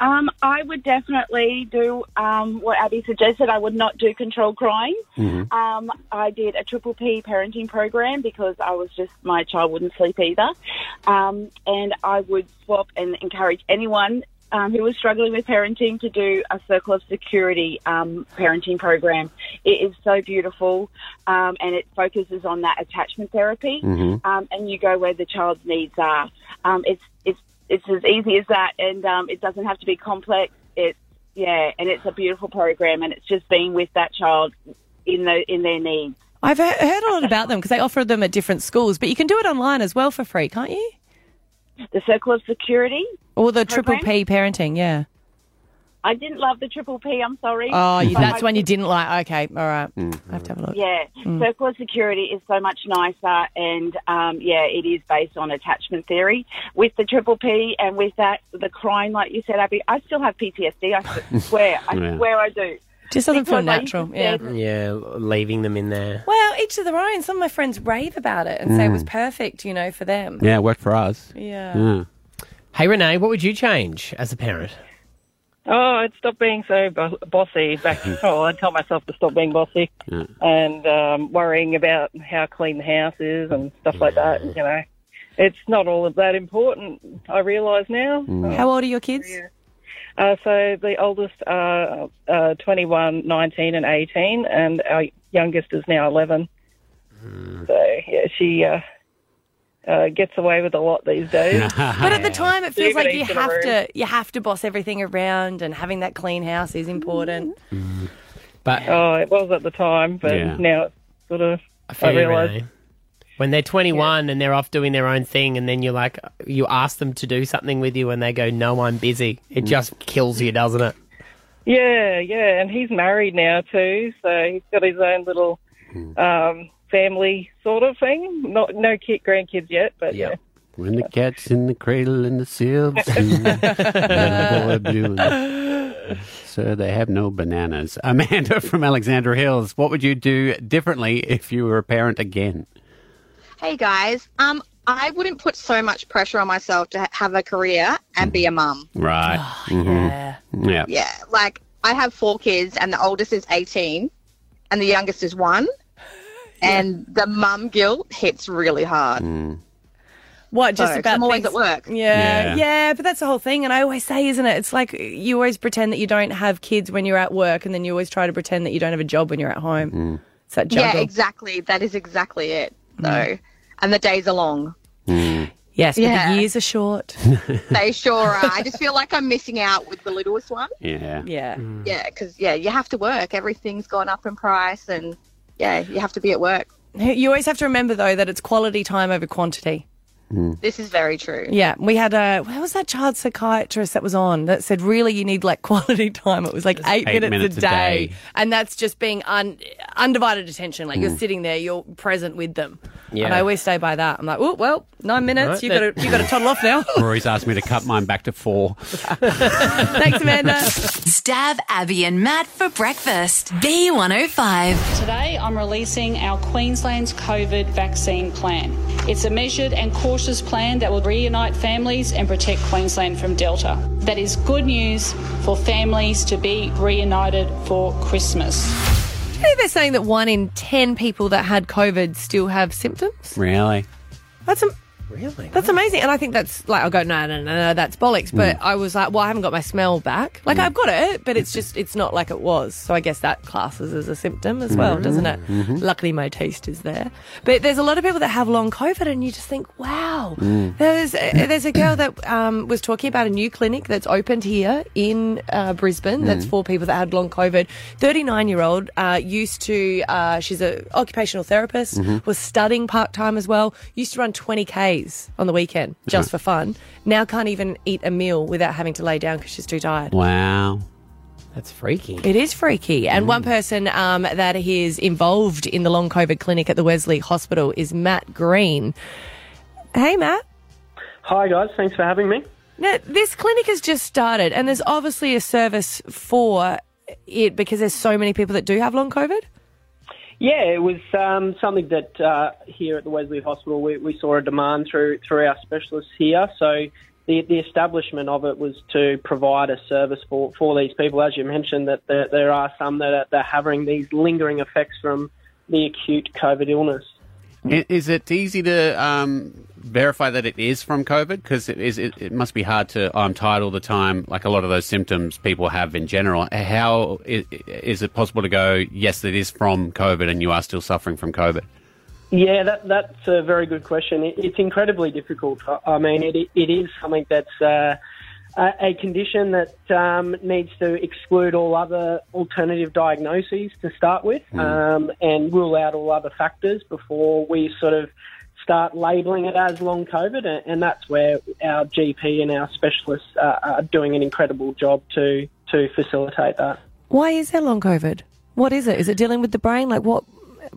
Speaker 13: Um, I would definitely do um, what Abby suggested. I would not do controlled crying.
Speaker 12: Mhm.
Speaker 13: Um, I did a triple P parenting program because I was just my child wouldn't sleep either, um, and I would swap and encourage anyone um, who was struggling with parenting to do a circle of security um, parenting program. It is so beautiful, um, and it focuses on that attachment therapy,
Speaker 12: Mhm.
Speaker 13: um, and you go where the child's needs are. Um, it's it's it's as easy as that, and um, it doesn't have to be complex. It's yeah, and it's a beautiful program, and it's just being with that child in the in their needs.
Speaker 4: I've he- heard a lot about them because they offer them at different schools, but you can do it online as well for free, can't you?
Speaker 13: The circle of security.
Speaker 4: Or the
Speaker 13: program.
Speaker 4: triple P parenting, yeah.
Speaker 13: I didn't love the triple P. I'm sorry.
Speaker 4: Oh, you,
Speaker 13: But
Speaker 4: that's
Speaker 13: I-
Speaker 4: one you didn't like. Okay, all right.
Speaker 2: Mm-hmm.
Speaker 4: I have to have a look.
Speaker 13: Yeah,
Speaker 4: Mm.
Speaker 13: circle of security is so much nicer, and um, yeah, it is based on attachment theory. With the triple P and with that, the crying, like you said, Abby, I still have PTSD. I swear, I
Speaker 2: Yeah.
Speaker 13: swear, I do.
Speaker 4: Just doesn't feel
Speaker 13: Because I used to
Speaker 4: natural. Yeah.
Speaker 13: say-
Speaker 2: Yeah, leaving them in there.
Speaker 4: Well, each to their own. Some of my friends rave about it and say it was
Speaker 2: Mm.
Speaker 4: perfect, you know, for them.
Speaker 3: Yeah, it worked for us.
Speaker 4: Yeah.
Speaker 2: Hmm. Hey Renee, what would you change as a parent?
Speaker 14: Oh, I'd stop being so bo- bossy. Back, oh, I'd tell myself to stop being bossy
Speaker 3: Hmm.
Speaker 14: and um, worrying about how clean the house is and stuff like that. You know, it's not all of that important. I realise now.
Speaker 4: How old are your kids?
Speaker 14: Uh, so the oldest are uh, 21, 19, and 18, and our youngest is now 11. So yeah, she uh, uh, gets away with a lot these days.
Speaker 4: But at the time, it feels
Speaker 14: Everybody
Speaker 4: like you
Speaker 14: eats in a
Speaker 4: have
Speaker 14: room.
Speaker 4: to you have to boss everything around, and having that clean house is important.
Speaker 2: But
Speaker 14: oh, it was at the time, but
Speaker 2: Yeah.
Speaker 14: now it's sort of.
Speaker 2: I feel
Speaker 14: I
Speaker 2: you,
Speaker 14: realise
Speaker 2: Renee. When they're 21 and they're off doing their own thing, and then you're like, you ask them to do something with you, and they go, "No, I'm busy."
Speaker 3: Hmm.
Speaker 2: It just kills you, doesn't it?
Speaker 14: Yeah, yeah, and he's married now too, so he's got his own little
Speaker 2: Hmm.
Speaker 14: um, family sort of thing. Not no kid grandkids yet, but yeah.
Speaker 3: When the cat's in the cradle and the silver spoon, and the boy blue and- So they have no bananas. Amanda from Alexandra Hills, what would you do differently if you were a parent again?
Speaker 15: Hey guys, um, I wouldn't put so much pressure on myself to ha- have a career and be a mum.
Speaker 3: Right.
Speaker 4: Oh,
Speaker 3: Mhm. Yeah.
Speaker 15: Yeah, like I have four kids, and the oldest is eighteen, and the youngest is one, and the mum guilt hits really hard.
Speaker 4: What just
Speaker 15: So, 'cause
Speaker 4: about
Speaker 15: I'm always
Speaker 4: things-
Speaker 15: at work.
Speaker 4: Yeah, yeah,
Speaker 15: Yeah.
Speaker 4: but that's the whole thing. And I always say, isn't it? It's like you always pretend that you don't have kids when you're at work, and then you always try to pretend that you don't have a job when you're at home. It's that juggle. Mm.
Speaker 15: Yeah, exactly. That is exactly it. So, and the days are long.
Speaker 4: Yes, but
Speaker 15: Yeah.
Speaker 4: the years are short.
Speaker 15: They sure are. I just feel like I'm missing out with the littlest one.
Speaker 3: Yeah.
Speaker 4: Yeah.
Speaker 15: Yeah, because yeah, you have to work. Everything's gone up in price, and yeah, you have to be at work.
Speaker 4: You always have to remember though that it's quality time over quantity.
Speaker 15: This is very true.
Speaker 4: Yeah, we had a. Where was that child psychiatrist that was on that said really you need like quality time? It was like eight,
Speaker 12: Eight minutes a day.
Speaker 4: and that's just being un, undivided attention. Like you're
Speaker 12: Mm.
Speaker 4: sitting there, you're present with them. And
Speaker 3: Yeah.
Speaker 4: I always stay by that. I'm like, oh well, nine minutes.
Speaker 3: Right,
Speaker 4: you
Speaker 3: that-
Speaker 4: got to you got to toddle off now.
Speaker 3: Rory's asked me to cut mine back to four.
Speaker 4: Thanks, Amanda.
Speaker 5: Dav, Abby, and Matt for breakfast. B105.
Speaker 12: Today, I'm releasing our Queensland's COVID vaccine plan. It's a measured and cautious plan that will reunite families and protect Queensland from Delta. That is good news for families to be reunited for Christmas.
Speaker 4: You know, they're saying that one in 10 people that had COVID still have symptoms.
Speaker 3: Really?
Speaker 4: That's am-
Speaker 2: Really?
Speaker 4: That's amazing. Mm. And I think that's like, I'll go, no, no, no, no, that's bollocks. But I was like, well, I haven't got my smell back. Like, I've got it, but it's just, it's not like it was. So I guess that classes as a symptom as well, doesn't it?
Speaker 16: Mhm.
Speaker 4: Luckily, my taste is there. But there's a lot of people that have long COVID, and you just think, wow. There's, uh, there's a girl that um, was talking about a new clinic that's opened here in uh, Brisbane that's
Speaker 16: Mm.
Speaker 4: for people that had long COVID. 39 year old uh, used to, uh, she's an occupational therapist,
Speaker 16: Mhm.
Speaker 4: was studying part time as well, used to run 20 Ks on the weekend just
Speaker 3: Yeah.
Speaker 4: for fun. Now can't even eat a meal without having to lay down because she's too tired.
Speaker 3: Wow.
Speaker 2: That's freaky.
Speaker 4: It is freaky. And one person um, that is involved in the long COVID clinic at the Wesley Hospital is Matt Green. Hey, Matt.
Speaker 10: Hi, guys. Thanks for having me.
Speaker 4: Now, this clinic has just started, and there's obviously a service for it because there's so many people that do have long COVID.
Speaker 10: Yeah, it was um, something that uh, here at the Wesley Hospital we, we saw a demand through through our specialists here. So the, the establishment of it was to provide a service for, for these people. As you mentioned, that there, there are some that are, that are having these lingering effects from the acute COVID illness.
Speaker 3: I- Is it easy to um, verify that it is from COVID? Because it, is, it, it must be hard to. I'm tired all the time. Like a lot of those symptoms people have in general. How is, is it possible to go? Yes, it is from COVID, and you are still suffering from COVID.
Speaker 10: Yeah, that, that's a very good question. It, it's incredibly difficult. I- I mean, it, it is something that's uh, a, a condition that um, needs to exclude all other alternative diagnoses to start with um, and rule out all other factors before we sort of start labelling it as long COVID. And, and that's where our GP and our specialists uh, are doing an incredible job to, to facilitate that.
Speaker 4: Why is there long COVID? What is it? Is it dealing with the brain? Like, what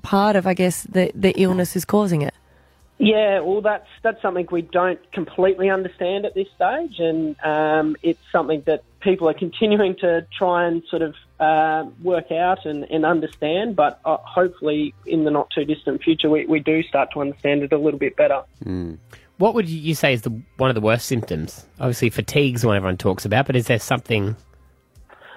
Speaker 4: part of, I guess, the, the illness is causing it?
Speaker 10: Yeah, well, that's that's something we don't completely understand at this stage, and um, it's something that people are continuing to try and sort of uh, work out and, and understand. But uh, hopefully, in the not too distant future, we, we do start to understand it a little bit better.
Speaker 3: Hmm.
Speaker 2: What would you say is the one of the worst symptoms? Obviously, fatigue's one everyone talks about, but is there something?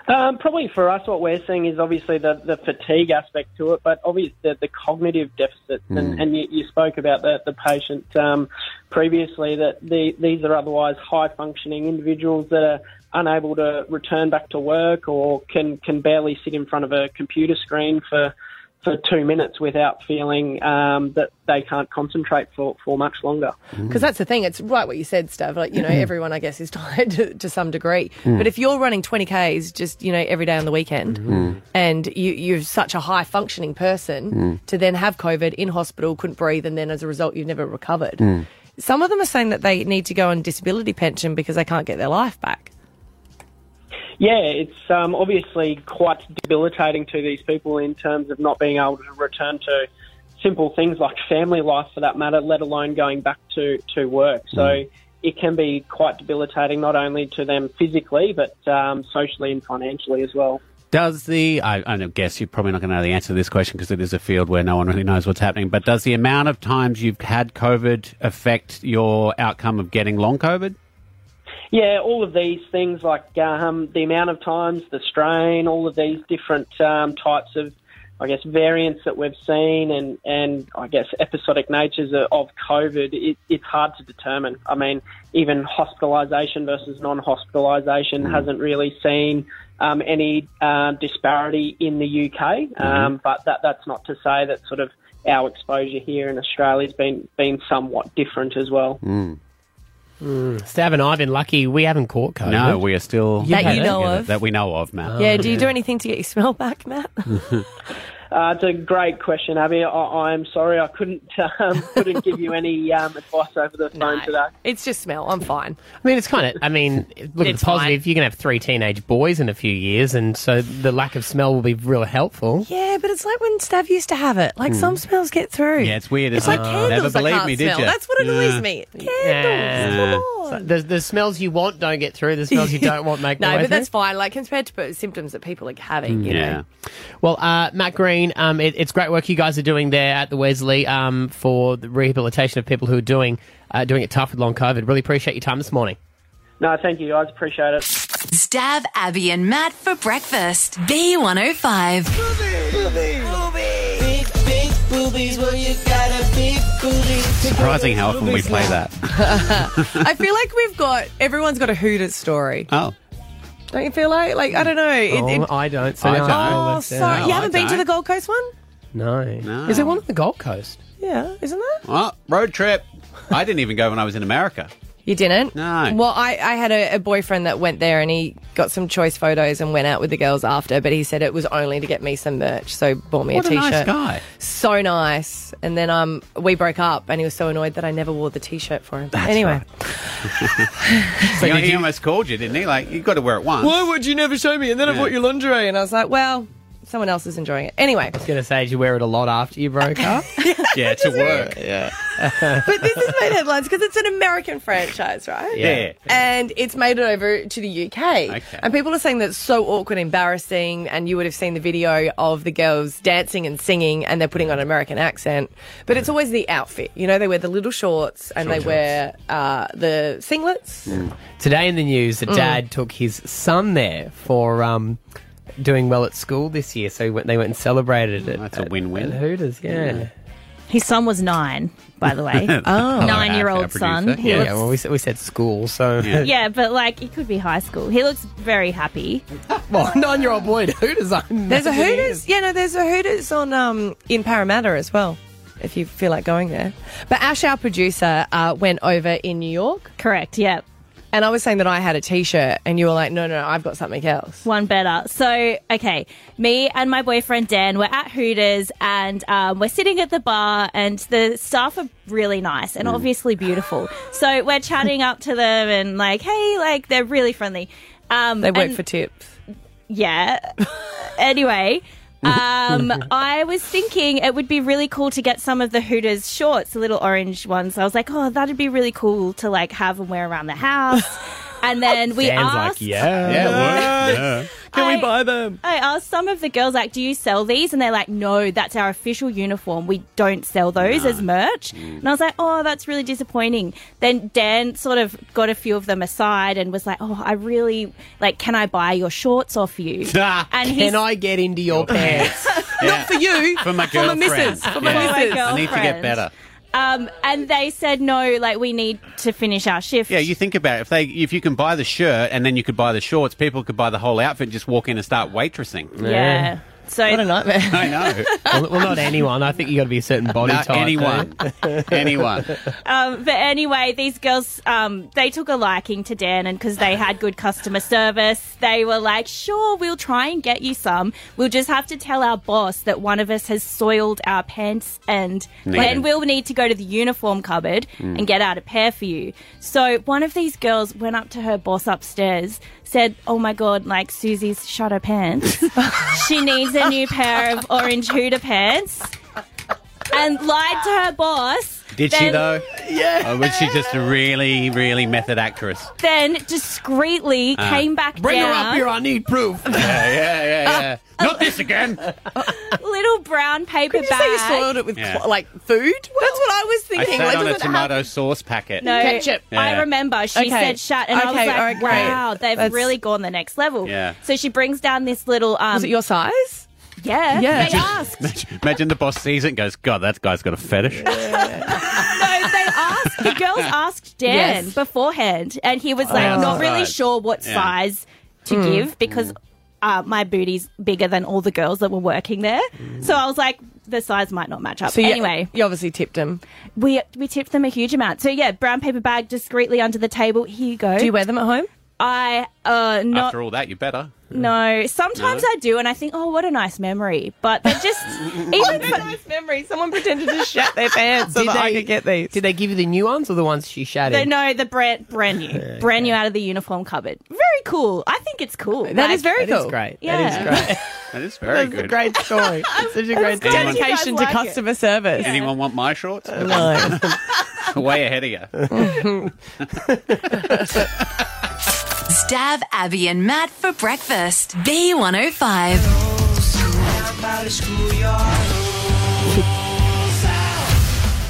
Speaker 10: Um, probably for us, what we're seeing is obviously the, the fatigue aspect to it, but obviously the, the cognitive deficits. And, and you, you spoke about the, the patient um, previously that the, these are otherwise high functioning individuals that are unable to return back to work or can, can barely sit in front of a computer screen for for two minutes without feeling um, that they can't concentrate for, for much longer.
Speaker 4: Because that's the thing. It's right what you said, Stav. Like, you know, everyone, I guess, is tired to, to some degree.
Speaker 10: Mm.
Speaker 4: But if you're running 20Ks just, you know, every day on the weekend
Speaker 10: Mm-hmm.
Speaker 3: Hmm.
Speaker 16: Mhm.
Speaker 4: and you, you're such a high functioning person
Speaker 16: Mm.
Speaker 4: to then have COVID in hospital, couldn't breathe, and then as a result, you've never recovered.
Speaker 3: Hmm.
Speaker 16: Mm.
Speaker 4: Some of them are saying that they need to go on disability pension because they can't get their life back.
Speaker 10: Yeah, it's um, obviously quite debilitating to these people in terms of not being able to return to simple things like family life for that matter, let alone going back to, to work. So it can be quite debilitating not only to them physically, but um, socially and financially as well.
Speaker 3: Does the I, I don't guess you're probably not going to know the answer to this question because it is a field where no one really knows what's happening. But does the amount of times you've had COVID affect your outcome of getting long COVID?
Speaker 10: Yeah, all of these things like um, the amount of times, the strain, all of these different um, types of, I guess, variants that we've seen, and and I guess episodic natures of- of COVID. It, it's hard to determine. I mean, even hospitalisation versus non-hospitalisation hasn't really seen um, any um, disparity in the UK. Um, but that that's not to say that sort of our exposure here in Australia's been been somewhat different as well.
Speaker 3: Hmm.
Speaker 2: Mm. Stav and I have been lucky; we haven't caught COVID.
Speaker 3: No, we are still
Speaker 4: That you know of. Oh,
Speaker 3: that we know of, Matt.
Speaker 4: yeah. Do you do anything to get your smell back, Matt?
Speaker 10: Uh, it's a great question, Abby. I, I'm sorry I couldn't um, couldn't give you any um, advice over the phone today.
Speaker 4: It's just smell. I'm fine.
Speaker 2: I mean, it's kind of. I mean, look at the positive. You can have three teenage boys in a few years, and so the lack of smell will be real helpful.
Speaker 4: Yeah, but it's like when Stav used to have it. Like
Speaker 2: Hmm.
Speaker 4: some smells get through.
Speaker 3: Yeah, it's weird.
Speaker 4: It's
Speaker 3: isn't
Speaker 4: like
Speaker 3: it?
Speaker 4: candles.
Speaker 3: Never
Speaker 4: I
Speaker 3: believed
Speaker 4: can't
Speaker 3: me, did
Speaker 4: smell.
Speaker 3: you?
Speaker 4: That's what annoys me. Candles.
Speaker 2: Yeah.
Speaker 3: Uh,
Speaker 2: So the, the smells you want don't get through. The smells you don't want make
Speaker 4: No,
Speaker 2: their way
Speaker 4: but
Speaker 2: through.
Speaker 4: that's fine. Like compared to symptoms that people are having, you know.
Speaker 2: Well, uh, Matt Green, um, it, it's great work you guys are doing there at the Wesley um, for the rehabilitation of people who are doing uh, doing it tough with long COVID. Really appreciate your time this morning.
Speaker 10: No, thank you guys. Appreciate it.
Speaker 5: Stab Abby and Matt for breakfast. B105.
Speaker 16: Big, big boobies, well, you got a big booty.
Speaker 3: Surprising how often we play that.
Speaker 4: I feel like we've got everyone's got a hooded story.
Speaker 3: Oh.
Speaker 4: Don't you feel like like I don't know. It,
Speaker 2: Oh,
Speaker 4: it-
Speaker 2: I don't. So
Speaker 4: I
Speaker 2: now
Speaker 4: don't.
Speaker 2: I feel
Speaker 4: Oh,
Speaker 2: left out.
Speaker 4: sorry. you haven't been to the Gold Coast one?
Speaker 2: No.
Speaker 4: Oh.
Speaker 3: No.
Speaker 2: Is there one on the Gold Coast?
Speaker 4: Yeah, isn't there?
Speaker 3: Well, road trip. I didn't even go when I was in America.
Speaker 4: You didn't?
Speaker 3: No.
Speaker 4: Well, I, I had a, a boyfriend that went there and he got some choice photos and went out with the girls after, but he said it was only to get me some merch, so bought me
Speaker 3: What
Speaker 4: a
Speaker 3: a
Speaker 4: t-shirt.
Speaker 3: nice guy.
Speaker 4: So nice. And then um we broke up and he was so annoyed that I never wore the t-shirt for him. anyway.
Speaker 3: so he, almost called you, didn't he? Like you got to wear it once.
Speaker 4: would you never show me? And then
Speaker 3: I Yeah. bought
Speaker 4: your lingerie and I was like, well, someone else is enjoying it. Anyway.
Speaker 2: I was going to say, did you wear it a lot after you broke up?
Speaker 3: yeah, to work.
Speaker 2: Yeah.
Speaker 4: but this has made headlines because it's an American franchise, right?
Speaker 2: Yeah. Yeah.
Speaker 4: And it's made it over to the UK. And people are saying that's so awkward, embarrassing. And you would have seen the video of the girls dancing and singing, and they're putting on an American accent. But it's always the outfit. You know, they wear the little shorts and they
Speaker 2: Mm. Short
Speaker 4: wear uh, the singlets.
Speaker 2: Mm. Today in the news, a
Speaker 4: Mm.
Speaker 2: dad took his son there for um, doing well at school this year, so he went, they went and celebrated it. That's a
Speaker 3: win-win.
Speaker 2: At Hooters, yeah.
Speaker 3: Yeah.
Speaker 17: His son was nine, by the
Speaker 4: Oh.
Speaker 17: way. Oh. Nine-year-old son. He
Speaker 2: Yeah,
Speaker 17: looks-
Speaker 2: well, we said, we said school, so
Speaker 17: yeah. but like it could be high school. He looks very happy.
Speaker 2: well, nine-year-old boy at Hooters. I
Speaker 4: There's a Hooters. Yeah, no, there's a Hooters on um, in Parramatta as well. If you feel like going there, but Ash, our producer, uh, went over in New York.
Speaker 17: Correct. Yep.
Speaker 4: And I was saying that I had a T-shirt, and you were like, "No, no, I've got something else."
Speaker 17: One better. So, okay, me and my boyfriend Dan were at Hooters and um, we're sitting at the bar, and the staff are really nice
Speaker 4: Mm.
Speaker 17: and obviously beautiful. So, we're chatting up to them and like, hey, like, they're really friendly. Um,
Speaker 4: They work
Speaker 17: and-
Speaker 4: for tips.
Speaker 17: Yeah. anyway, um, I was thinking it would be really cool to get some of the Hooters shorts, the little orange ones. I was like, oh, that'd be really cool to like have and wear around the house. And then we
Speaker 2: Dan's like,
Speaker 17: asked,
Speaker 2: yeah.
Speaker 17: Yeah, it
Speaker 2: yeah.
Speaker 17: Can we I- buy
Speaker 4: them?
Speaker 17: I asked some of the girls, like, do you sell these? And they're like, no, that's our official uniform. We don't sell those as merch. And I was like, oh, that's really disappointing. Then Dan sort of got a few of them aside and was like, oh, I really, like, can I buy your shorts off you?
Speaker 2: and
Speaker 17: he's-
Speaker 2: Can I get into your pants?
Speaker 4: Not for you.
Speaker 3: For my girlfriend. Yeah. I need to get
Speaker 17: girlfriend.
Speaker 3: better.
Speaker 17: Um, and they said, no, like, we need to finish our shift.
Speaker 3: Yeah, you think about it. If they, if you can buy the shirt and then you could buy the shorts, people could buy the whole outfit, and just walk in and start waitressing.
Speaker 17: Yeah. So
Speaker 4: what a nightmare.
Speaker 3: I know.
Speaker 2: well, well, not anyone. I think you got to be a certain body
Speaker 3: Not
Speaker 2: type.
Speaker 3: anyone. Anyone.
Speaker 17: Um, but anyway, these girls, um, they took a liking to Dan, and because they had good customer service, they were like, sure, we'll try and get you some. We'll just have to tell our boss that one of us has soiled our pants, and
Speaker 18: Needed.
Speaker 17: then we'll need to go to the uniform cupboard
Speaker 18: Mm.
Speaker 17: and get out a pair for you. So one of these girls went up to her boss upstairs, said, oh my God, like Susie's shot her pants. she needs a new pair of orange Hooter pants. And lied to her boss.
Speaker 3: Did she
Speaker 17: Then-
Speaker 3: though?
Speaker 17: Yeah.
Speaker 3: Or was she just a really, really method actress?
Speaker 17: then discreetly
Speaker 4: Uh-huh.
Speaker 3: Ah.
Speaker 17: came back
Speaker 3: Bring her
Speaker 17: down.
Speaker 3: up here, I need proof. yeah, yeah, yeah, yeah. Not this again.
Speaker 17: Little brown paper
Speaker 4: Did you
Speaker 17: bag.
Speaker 4: say you soiled it with
Speaker 3: Yeah.
Speaker 4: cl- like food? That's what I was
Speaker 3: I
Speaker 4: thinking.
Speaker 3: sat
Speaker 4: like,
Speaker 3: on a
Speaker 4: doesn't it
Speaker 3: tomato
Speaker 4: have-
Speaker 3: sauce packet.
Speaker 17: No, I
Speaker 3: Yeah.
Speaker 17: remember. She
Speaker 4: Okay.
Speaker 17: said shut, and I was
Speaker 4: Okay,
Speaker 17: like,
Speaker 4: alright, great.
Speaker 17: wow, they've
Speaker 4: That's-
Speaker 17: really gone the next level.
Speaker 3: Yeah.
Speaker 17: So she brings down this little. Um,
Speaker 4: Was it your size?
Speaker 17: Yeah.
Speaker 4: Yeah.
Speaker 17: They asked.
Speaker 3: Imagine, imagine the boss sees it and goes, God, that guy's got a fetish.
Speaker 17: No, they asked. The girls asked Dan
Speaker 3: Yes.
Speaker 17: beforehand, and he was like,
Speaker 3: Oh.
Speaker 17: not really
Speaker 3: Right.
Speaker 17: sure what
Speaker 3: Yeah.
Speaker 17: size to
Speaker 4: Hmm.
Speaker 3: Mm.
Speaker 17: give because. Uh, my booty's bigger than all the girls that were working there, so I was like, the size might not match up.
Speaker 4: So you-
Speaker 17: anyway,
Speaker 4: you, obviously tipped him.
Speaker 17: We we tipped them a huge amount. So yeah, brown paper bag discreetly under the table. Here you go.
Speaker 4: Do you wear them at home?
Speaker 17: I uh not
Speaker 19: After all that, you better.
Speaker 17: no. Sometimes
Speaker 19: No?
Speaker 17: I do, and I think, oh, what a nice memory. But they're just even for nice memory. Someone pretended to shat their pants so that I could get these.
Speaker 2: Did they give you the new ones or the ones she shat
Speaker 17: They
Speaker 2: in?
Speaker 17: know the brand brand new, brand new out of the uniform cupboard. Very cool. I think it's cool. That is
Speaker 2: is very cool.
Speaker 17: Yeah.
Speaker 19: That is very
Speaker 2: That's a
Speaker 19: good.
Speaker 2: great story. Such a great
Speaker 19: good.
Speaker 2: story.
Speaker 19: Anyone- Dedication to
Speaker 17: customer service.
Speaker 19: Anyone want my shorts?
Speaker 2: No.
Speaker 19: Way ahead of you.
Speaker 5: Stab Abby and Matt for breakfast. B105.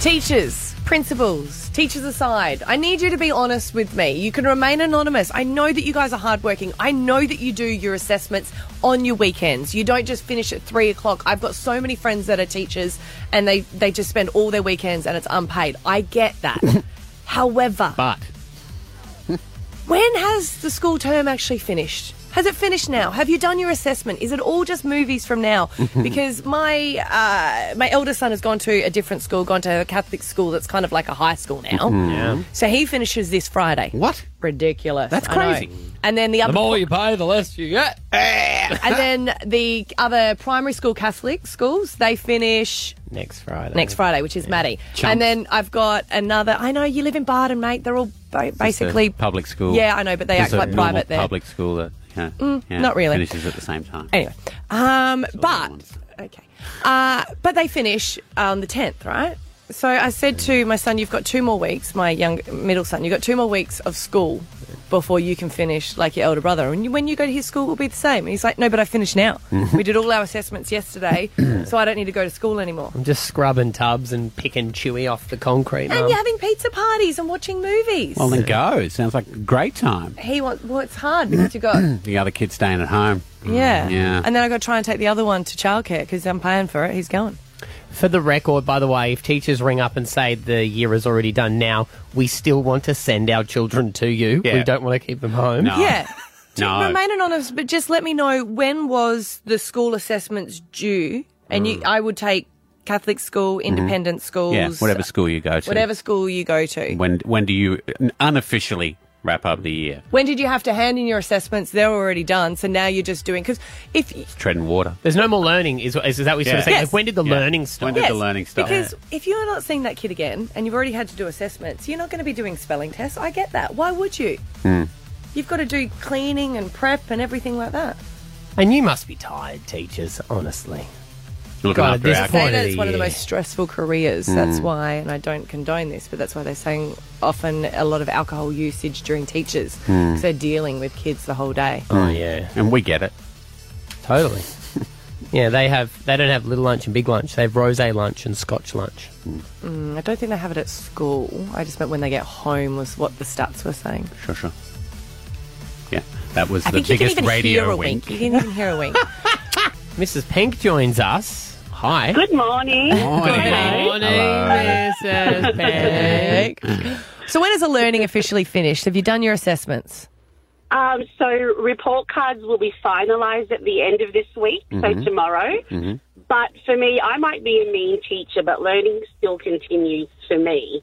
Speaker 4: Teachers, principals, teachers aside, I need you to be honest with me. You can remain anonymous. I know that you guys are hardworking. I know that you do your assessments on your weekends. You don't just finish at three o'clock. I've got so many friends that are teachers and they, they just spend all their weekends and it's unpaid. I get that. However,
Speaker 3: But
Speaker 4: when has the school term actually finished? Has it finished now? Have you done your assessment? Is it all just movies from now? because my uh, my eldest son has gone to a different school, gone to a Catholic school that's kind of like a high school now.
Speaker 20: Mm-hmm. Yeah.
Speaker 4: So he finishes this Friday.
Speaker 3: What?
Speaker 4: Ridiculous.
Speaker 20: That's
Speaker 4: I know.
Speaker 20: crazy.
Speaker 4: And then the other
Speaker 20: The more you pay, the less you get.
Speaker 4: and then the other primary school Catholic schools they finish
Speaker 2: Next Friday.
Speaker 4: next Friday, which is Maddie.
Speaker 2: Chumps.
Speaker 4: And then I've got another. I know you live in Barden, mate. They're all ba- basically
Speaker 3: public school.
Speaker 4: Yeah, I know, but they
Speaker 3: There's
Speaker 4: act
Speaker 3: a
Speaker 4: like
Speaker 3: normal
Speaker 4: private there.
Speaker 3: Public school that yeah,
Speaker 4: Mm,
Speaker 3: yeah,
Speaker 4: not really.
Speaker 3: finishes at the same time.
Speaker 4: Anyway, um, but okay, uh, but they finish on the tenth, right? So I said to my son, "You've got two more weeks, my young middle son. You've got two more weeks of school before you can finish like your elder brother. And you- when you go to his school, it will be the same." And he's like, "No, but I finished now. we did all our assessments yesterday, so I don't need to go to school anymore."
Speaker 2: I'm just scrubbing tubs and picking chewy off the concrete.
Speaker 4: And
Speaker 2: Mum.
Speaker 4: you're having pizza parties and watching movies.
Speaker 3: Um, Well, then go. Sounds like a great time.
Speaker 4: he wants. Well, it's hard because you got
Speaker 3: the other kid's staying at home.
Speaker 4: yeah,
Speaker 3: Mm, Yeah.
Speaker 4: And then I got to try and take the other one to childcare because I'm paying for it. He's going.
Speaker 2: For the record, by the way, if teachers ring up and say the year is already done now, we still want to send our children to you. We don't want to keep them home.
Speaker 4: Yeah.
Speaker 3: Oh.
Speaker 2: No.
Speaker 4: Remain anonymous, but just let me know when was the school assessments due, and you, I would take Catholic school, independent schools,
Speaker 3: Mm. Mm-hmm. Yeah, whatever school you go to. Mm.
Speaker 4: whatever school you go to.
Speaker 3: When when do you unofficially wrap up the year?
Speaker 4: When did you have to hand in your assessments? They're already done, so now you're just doing because if
Speaker 3: Treading water.
Speaker 2: There's no more learning, is, is that what you're sort
Speaker 3: Yeah.
Speaker 2: of saying?
Speaker 4: Yes.
Speaker 2: Like, when did the
Speaker 3: Yeah.
Speaker 2: learning start?
Speaker 3: When did the learning start?
Speaker 4: because if you're not seeing that kid again, and you've already had to do assessments, you're not going to be doing spelling tests. I get that. Why would you?
Speaker 2: Hmm.
Speaker 4: You've got to do cleaning and prep and everything like that.
Speaker 2: And you must be tired, teachers, honestly.
Speaker 3: Looking
Speaker 2: God,
Speaker 3: after
Speaker 2: this
Speaker 3: our
Speaker 2: point
Speaker 4: say
Speaker 2: of
Speaker 4: that
Speaker 2: the
Speaker 4: it's one of the
Speaker 2: year.
Speaker 4: most stressful careers. That's
Speaker 2: Mm.
Speaker 4: why, and I don't condone this, but that's why they're saying often a lot of alcohol usage during teachers.
Speaker 3: Mm.
Speaker 4: So dealing with kids the whole day.
Speaker 3: Hmm.
Speaker 2: Oh yeah,
Speaker 3: and we get it
Speaker 2: totally. yeah, they have. They don't have little lunch and big lunch. They have rosé lunch and Scotch lunch.
Speaker 3: Hmm.
Speaker 4: Mm, I don't think they have it at school. I just meant when they get home was what the stats were saying.
Speaker 3: Sure, sure. Yeah, that was
Speaker 4: I
Speaker 3: the
Speaker 4: think you can
Speaker 3: biggest
Speaker 4: even hear
Speaker 3: radio
Speaker 4: a
Speaker 3: wink.
Speaker 4: wink. You can even hear a wink.
Speaker 2: Mrs. Pink joins us. Hi.
Speaker 21: Good morning.
Speaker 2: Morning.
Speaker 4: Morning, Mrs. Peck. so when is the learning officially finished? Have you done your assessments?
Speaker 21: Um, so report cards will be finalised at the end of this week, so
Speaker 1: Mhm.
Speaker 21: tomorrow.
Speaker 1: Mm-hmm.
Speaker 21: But for me, I might be a mean teacher, but learning still continues for me.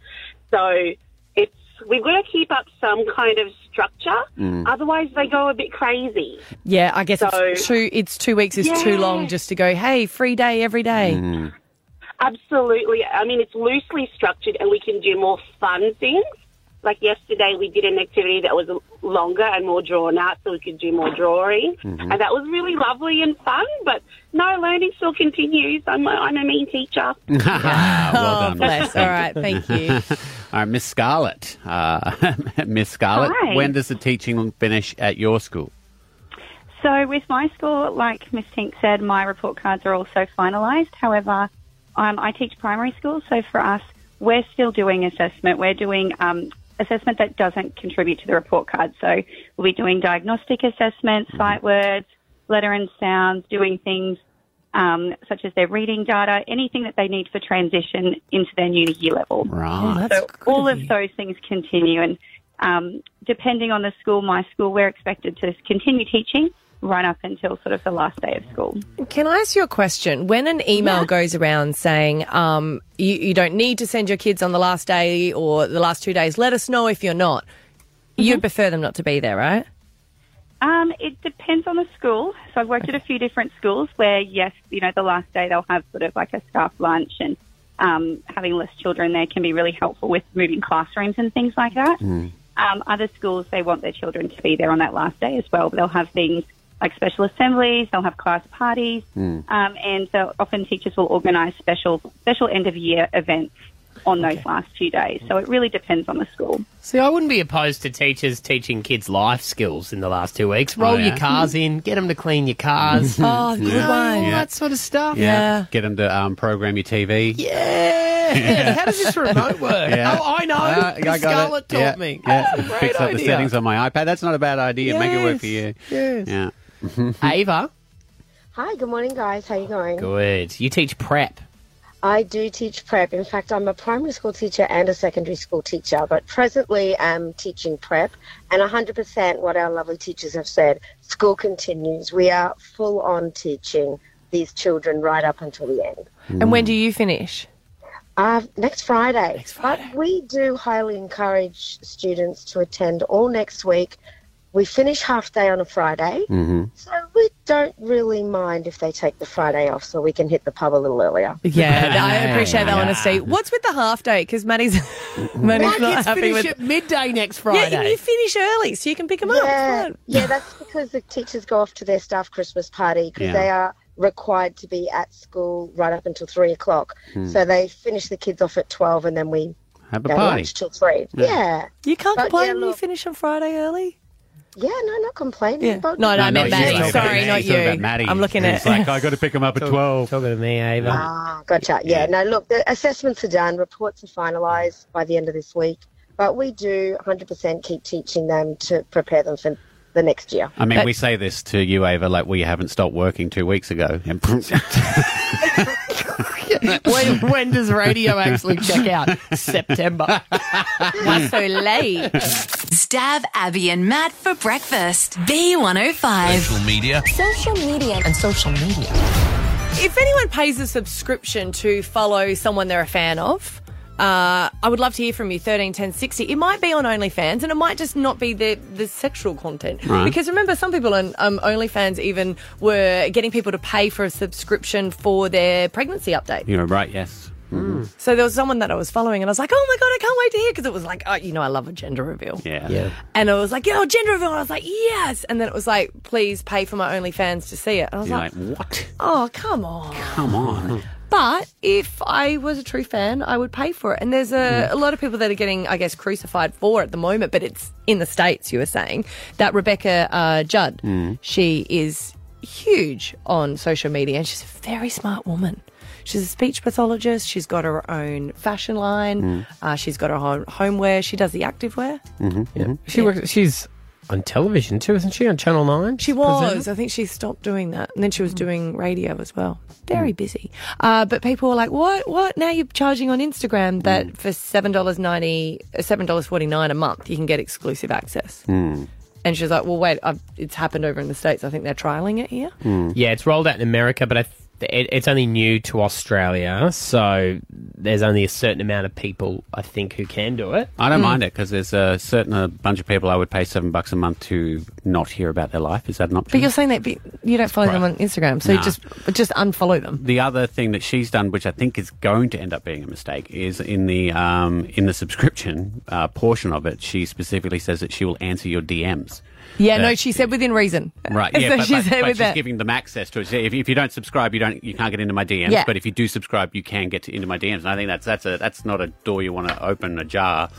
Speaker 21: So it's we've got to keep up some kind of structure,
Speaker 4: Mm.
Speaker 21: otherwise they go a bit crazy.
Speaker 4: Yeah, I guess it's
Speaker 21: So-
Speaker 4: two. It's two weeks is too
Speaker 21: Yeah.
Speaker 4: long just to go. Hey, free day every day.
Speaker 21: Absolutely. I mean, it's loosely structured and we can do more fun things. Like yesterday, we did an activity that was longer and more drawn out, so we could do more drawing.
Speaker 1: Mhm.
Speaker 21: And that was really lovely and fun, but no, learning still continues. I'm a, I'm a mean teacher.
Speaker 3: well
Speaker 21: Oh,
Speaker 3: done. Miss
Speaker 21: bless.
Speaker 3: Pink.
Speaker 21: All right, thank you.
Speaker 3: All right, Miss Scarlett. Uh, Miss Scarlett,
Speaker 22: Hi.
Speaker 3: when does the teaching finish at your school?
Speaker 22: So with my school, like Miss Tink said, my report cards are also finalised. However, um, I teach primary school, so for us, we're still doing assessment. We're doing um, assessment that doesn't contribute to the report card. So we'll be doing diagnostic assessment, sight words, letter and sounds, doing things um, such as their reading data, anything that they need for transition into their new year level.
Speaker 3: Right.
Speaker 22: so all of those things continue, and um, depending on the school, my school, we're expected to continue teaching right up until sort of the last day of school.
Speaker 4: Can I ask you a question? When an email goes around saying um, you, you don't need to send your kids on the last day or the last two days, let us know if you're not. You'd prefer them not to be there, right?
Speaker 22: Um, it depends on the school. So I've worked at a few different schools where, yes, you know, the last day they'll have sort of like a staff lunch and um, having less children there can be really helpful with moving classrooms and things like that. Um, other schools, they want their children to be there on that last day as well. But they'll have things like special assemblies, they'll have class parties, um, and so often teachers will organise special special end of year events on those last few days. So it really depends on the school.
Speaker 2: See, I wouldn't be opposed to teachers teaching kids life skills in the last two weeks. Roll
Speaker 3: Oh, yeah.
Speaker 2: your cars in, get them to clean your cars.
Speaker 3: Oh, good
Speaker 2: You know,
Speaker 3: one.
Speaker 2: All
Speaker 3: Yeah.
Speaker 2: that sort of stuff.
Speaker 3: Get them to um, program your TV.
Speaker 2: Yeah. How does this remote work?
Speaker 3: Yeah.
Speaker 2: Oh, I know.
Speaker 3: Ah, I got it.
Speaker 2: Scarlett taught
Speaker 3: Yeah,
Speaker 2: me.
Speaker 3: yeah.
Speaker 2: That's a great
Speaker 3: Fix up the
Speaker 2: idea.
Speaker 3: settings on my iPad. That's not a bad idea. Make it work for you.
Speaker 2: Yes, yes.
Speaker 3: Yeah.
Speaker 2: Ava.
Speaker 1: Hi, good morning, guys. How you going?
Speaker 2: Good. You teach prep.
Speaker 1: I do teach prep. In fact, I'm a primary school teacher and a secondary school teacher, but presently am teaching prep. And 100% what our lovely teachers have said school continues. We are full on teaching these children right up until the end.
Speaker 4: And when do you finish?
Speaker 1: Uh, next Friday. But we do highly encourage students to attend all next week. We finish half day on a Friday.
Speaker 10: Mm-hmm.
Speaker 1: So we don't really mind if they take the Friday off so we can hit the pub a little earlier.
Speaker 4: Yeah, I appreciate that honesty. What's with the half day? Because Maddie's, Maddie's
Speaker 1: My
Speaker 4: not
Speaker 1: kids
Speaker 4: happy
Speaker 1: finish
Speaker 4: with
Speaker 1: at
Speaker 2: midday next
Speaker 4: Yeah,
Speaker 1: Friday.
Speaker 4: you finish early so you can pick them up.
Speaker 1: Yeah, yeah, that's because the teachers go off to their staff Christmas party because
Speaker 4: Yeah.
Speaker 1: they are required to be at school right up until three o'clock.
Speaker 3: Hmm.
Speaker 1: So they finish the kids off at twelve, and then we
Speaker 3: Have a
Speaker 1: go
Speaker 3: party.
Speaker 1: lunch till three.
Speaker 3: Yeah.
Speaker 1: Yeah,
Speaker 4: you can't complain when you
Speaker 1: finish on Friday early. Yeah, no, not complaining.
Speaker 4: Yeah.
Speaker 1: But
Speaker 4: No, no, I meant
Speaker 1: not
Speaker 4: Maddie.
Speaker 1: you.
Speaker 4: Sorry, not
Speaker 3: He's talking about
Speaker 4: you.
Speaker 3: Maddie.
Speaker 4: I'm looking
Speaker 3: He's
Speaker 4: at.
Speaker 3: like, I got to pick him up at 12.
Speaker 2: Talking to me, Ava.
Speaker 1: Ah, gotcha. Yeah, no, look, the assessments are done, reports are finalised by the end of this week, but we do 100% keep teaching them to prepare them for the next year.
Speaker 3: I mean,
Speaker 1: But-
Speaker 3: we say this to you, Ava, like we haven't stopped working two weeks ago.
Speaker 2: when, when does radio actually check out? September.
Speaker 1: Why so late?
Speaker 5: Stab Abby and Matt for breakfast. B105.
Speaker 23: Social media.
Speaker 1: Social media and social media.
Speaker 4: If anyone pays a subscription to follow someone they're a fan of, uh, I would love to hear from you. Thirteen ten sixty. It might be on OnlyFans, and it might just not be the the sexual content.
Speaker 10: Right.
Speaker 4: Because remember, some people on um, OnlyFans even were getting people to pay for a subscription for their pregnancy update.
Speaker 3: You're right, yes.
Speaker 2: Hmm.
Speaker 3: Mm.
Speaker 4: So there was someone that I was following, and I was like, "Oh my god, I can't wait to hear!" Because it was like, "Oh, you know, I love a gender reveal."
Speaker 3: Yeah.
Speaker 2: yeah.
Speaker 4: And I was like, "Yo, gender reveal!" And I was like, "Yes!" And then it was like, "Please pay for my OnlyFans to see it." And I was
Speaker 3: You're
Speaker 4: like,
Speaker 3: like, what?
Speaker 4: "Oh, come on!"
Speaker 3: Come on.
Speaker 4: But if I was a true fan, I would pay for it. And there's a, a lot of people that are getting, I guess, crucified for it at the moment, but it's in the States, you were saying, that Rebecca uh, Judd, she is huge on social media and she's a very smart woman. She's a speech pathologist. She's got her own fashion line.
Speaker 2: Mm.
Speaker 4: Uh, she's got her own homeware. She does the activewear.
Speaker 2: Yeah. She works. She's on television too, isn't she? On Channel Nine.
Speaker 4: She was. I think she stopped doing that. And then she was doing radio as well. Very busy. Uh, but people were like, what? What? Now you're charging on Instagram that for $7.90, uh, $7.49 a month, you can get exclusive access. And she's like, well, wait, I've, it's happened over in the States. I think they're trialing it here.
Speaker 2: Yeah, it's rolled out in America, but I th- it, it's only new to Australia, so there's only a certain amount of people I think who can do it.
Speaker 3: I don't
Speaker 4: Hmm. Mm.
Speaker 3: mind it because there's a certain uh bunch of people I would pay seven bucks a month to not hear about their life. Is that an option?
Speaker 4: But you're saying that be- you don't follow them on Instagram, so
Speaker 3: Nah.
Speaker 4: just just unfollow them.
Speaker 3: The other thing that she's done, which I think is going to end up being a mistake, is in the um, in the subscription uh, portion of it. She specifically says that she will answer your DMs.
Speaker 4: Yeah,
Speaker 3: Uh,
Speaker 4: no, she said within reason.
Speaker 3: Right, yeah,
Speaker 4: so
Speaker 3: but,
Speaker 4: she
Speaker 3: but-
Speaker 4: said
Speaker 3: but
Speaker 4: with
Speaker 3: she's
Speaker 4: that.
Speaker 3: giving them access to it. So If, if you don't subscribe, you don't, you can't get into my DMs.
Speaker 4: Yeah.
Speaker 3: But if you do subscribe, you can get to, into my DMs. And I think that's that's a that's not a door you want to open ajar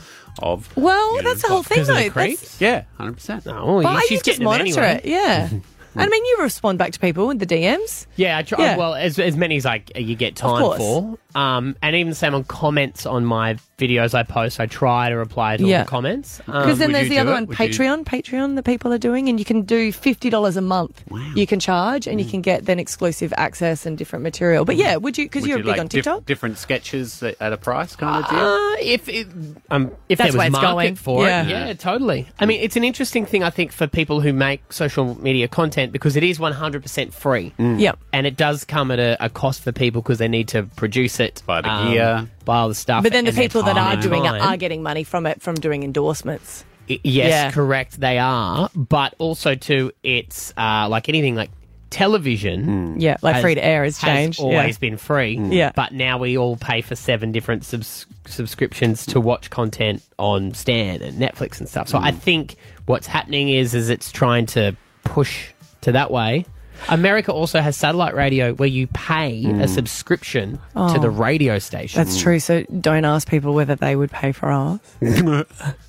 Speaker 3: of.
Speaker 4: Well, Oh, that's the whole thing, though. That's-
Speaker 3: Yeah, hundred percent.
Speaker 2: No,
Speaker 4: But you just monitor it, yeah. I mean, you respond back to people with the DMs.
Speaker 2: Yeah, I try,
Speaker 4: Yeah.
Speaker 2: well, as, as many as I, you get time
Speaker 4: course.
Speaker 2: for. Um, and even the same on comments on my videos I post, I try to reply to all
Speaker 4: Yeah.
Speaker 2: the comments.
Speaker 4: Because
Speaker 2: Um,
Speaker 4: then there's the other one, Patreon. Patreon that people are doing, and you can do fifty dollars a month. You can charge,
Speaker 2: Mm.
Speaker 4: and you can get then exclusive access and different material. But yeah, would you? Because
Speaker 3: Would
Speaker 4: you're
Speaker 3: you
Speaker 4: big
Speaker 3: like
Speaker 4: on
Speaker 3: dif-
Speaker 4: TikTok.
Speaker 3: different sketches at at a price kind of deal.
Speaker 2: Uh, if it, um, if
Speaker 3: That's
Speaker 2: there
Speaker 3: where
Speaker 2: was
Speaker 3: it's
Speaker 2: market
Speaker 3: going.
Speaker 2: for
Speaker 3: Yeah.
Speaker 2: it, yeah, totally. I mean, it's an interesting thing I think for people who make social media content because it is 100% free.
Speaker 3: Mm. Yep.
Speaker 2: and it does come at a, a cost for people because they need to produce it by
Speaker 3: the gear.
Speaker 2: by all the stuff.
Speaker 4: But then the
Speaker 2: and their
Speaker 4: people that are
Speaker 2: time.
Speaker 4: doing it
Speaker 2: Time.
Speaker 4: are getting money from it from doing endorsements.
Speaker 2: I- Yes,
Speaker 4: Yeah.
Speaker 2: correct. They are, but also too, it's uh, like anything like television.
Speaker 4: Mm. Yeah, like free to air has changed, yeah. Mm.
Speaker 2: always been free.
Speaker 4: Yeah.
Speaker 2: but now we all pay for seven different subs- subscriptions to watch content on Stan and Netflix and stuff. So
Speaker 4: Mm.
Speaker 2: I think what's happening is is it's trying to push to that way. America also has satellite radio where you pay a subscription
Speaker 4: Mm. Oh.
Speaker 2: to the radio station.
Speaker 4: That's true. So don't ask people whether they would pay for ours.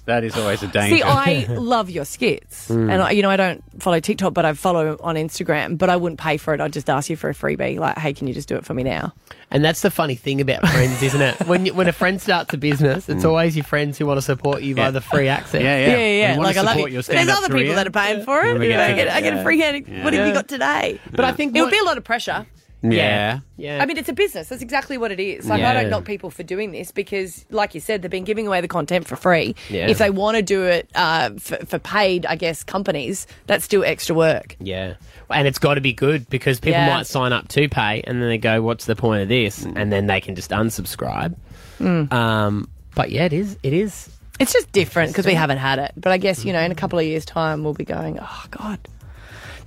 Speaker 3: that is always a danger.
Speaker 4: See, I love your skits,
Speaker 3: Mm.
Speaker 4: and I, you know I don't follow TikTok, but I follow on Instagram. But I wouldn't pay for it. I'd just ask you for a freebie. Like, hey, can you just do it for me now?
Speaker 2: And that's the funny thing about friends, isn't it? When you, when a friend starts a business, it's always your friends who want to support you by the free access.
Speaker 3: Mm. Yeah, yeah. Yeah, yeah, We want
Speaker 4: Like, I love you. There's other people that are paying for it.
Speaker 2: Yeah, we
Speaker 4: You know,
Speaker 2: get
Speaker 4: I get,
Speaker 2: that.
Speaker 4: I get
Speaker 2: Yeah.
Speaker 4: a free hand. What have
Speaker 2: Yeah.
Speaker 4: you got today?
Speaker 2: But I think
Speaker 4: it would
Speaker 2: what-
Speaker 4: be a lot of pressure.
Speaker 3: Yeah.
Speaker 2: Yeah.
Speaker 4: I mean, it's a business. That's exactly what it is. Like, I
Speaker 3: Yeah.
Speaker 4: don't knock people for doing this because, like you said, they've been giving away the content for free.
Speaker 2: Yeah.
Speaker 4: If they want to do it uh, for, for paid, I guess, companies, that's still extra work.
Speaker 2: Yeah. And it's got to be good because people
Speaker 4: Yeah.
Speaker 2: might sign up to pay and then they go, what's the point of this?
Speaker 3: Mm.
Speaker 2: And then they can just unsubscribe.
Speaker 4: Mm.
Speaker 2: Um, but yeah, it is. It is.
Speaker 4: It's just different because we haven't had it. But I guess, you know, in a couple of years' time, we'll be going, oh, God,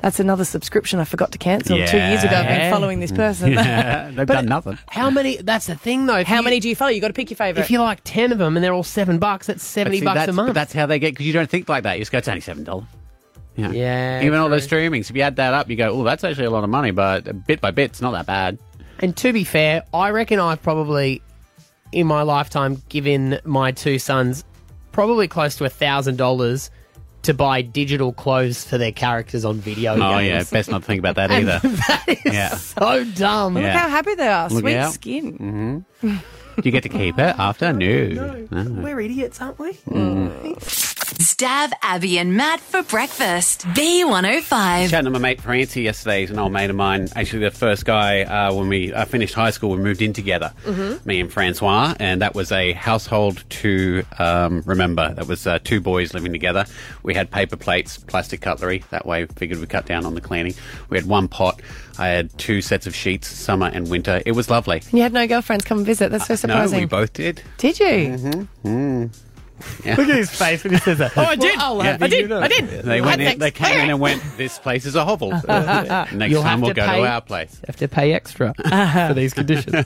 Speaker 4: that's another subscription I forgot to cancel two years ago. I've been
Speaker 2: Yeah.
Speaker 4: following this person.
Speaker 3: they've done nothing.
Speaker 2: How many? That's the thing, though.
Speaker 4: How many do you follow? you got to pick your favourite.
Speaker 2: If you like 10 of them and they're all seven bucks, that's 70
Speaker 3: But see,
Speaker 2: bucks a
Speaker 3: that's-
Speaker 2: month.
Speaker 3: But that's how they get because you don't think like that. You just go, it's only seven dollars. Yeah.
Speaker 2: yeah.
Speaker 3: Even all those streamings, if you add that up, you go, oh, that's actually a lot of money, but bit by bit, it's not that bad.
Speaker 2: And to be fair, I reckon I've probably, in my lifetime, given my two sons probably close to a thousand dollars to buy digital clothes for their characters on video
Speaker 3: Oh, yeah,
Speaker 2: games.
Speaker 3: best not think about that
Speaker 2: And
Speaker 3: either.
Speaker 2: that is
Speaker 3: Yeah.
Speaker 2: so dumb.
Speaker 3: Look Yeah. how
Speaker 4: happy they are.
Speaker 3: Look out. Mhm. Do you get to keep it after? No. No. Mm.
Speaker 2: We're idiots, aren't we?
Speaker 5: Stab Abby and Matt for breakfast. B105.
Speaker 3: Chatting to my mate Francie yesterday, he's an old mate of mine. Actually, the first guy uh, when we uh, finished high school, we moved in together,
Speaker 4: Mm-hmm.
Speaker 5: Mhm.
Speaker 3: me and Francois, and that was a household to um, remember. That was uh, two boys living together. We had paper plates, plastic cutlery. That way, figured we cut down on the cleaning. We had one pot. I had two sets of sheets, summer and winter. It was lovely.
Speaker 4: And you had no girlfriends come and visit. That's so surprising.
Speaker 3: No, we both did.
Speaker 4: Did you? Mm-hmm.
Speaker 3: Mm. Yeah.
Speaker 2: Look at his face when he says that.
Speaker 4: Oh, I did. Well, I'll
Speaker 3: Yeah.
Speaker 4: have I you did. know. I did.
Speaker 3: They went.
Speaker 4: Right,
Speaker 3: In, they came in and went. This place is a hovel. Next
Speaker 2: You'll have
Speaker 3: time we'll
Speaker 2: to
Speaker 3: go
Speaker 2: pay-
Speaker 3: to our place.
Speaker 2: Have to pay extra for these conditions.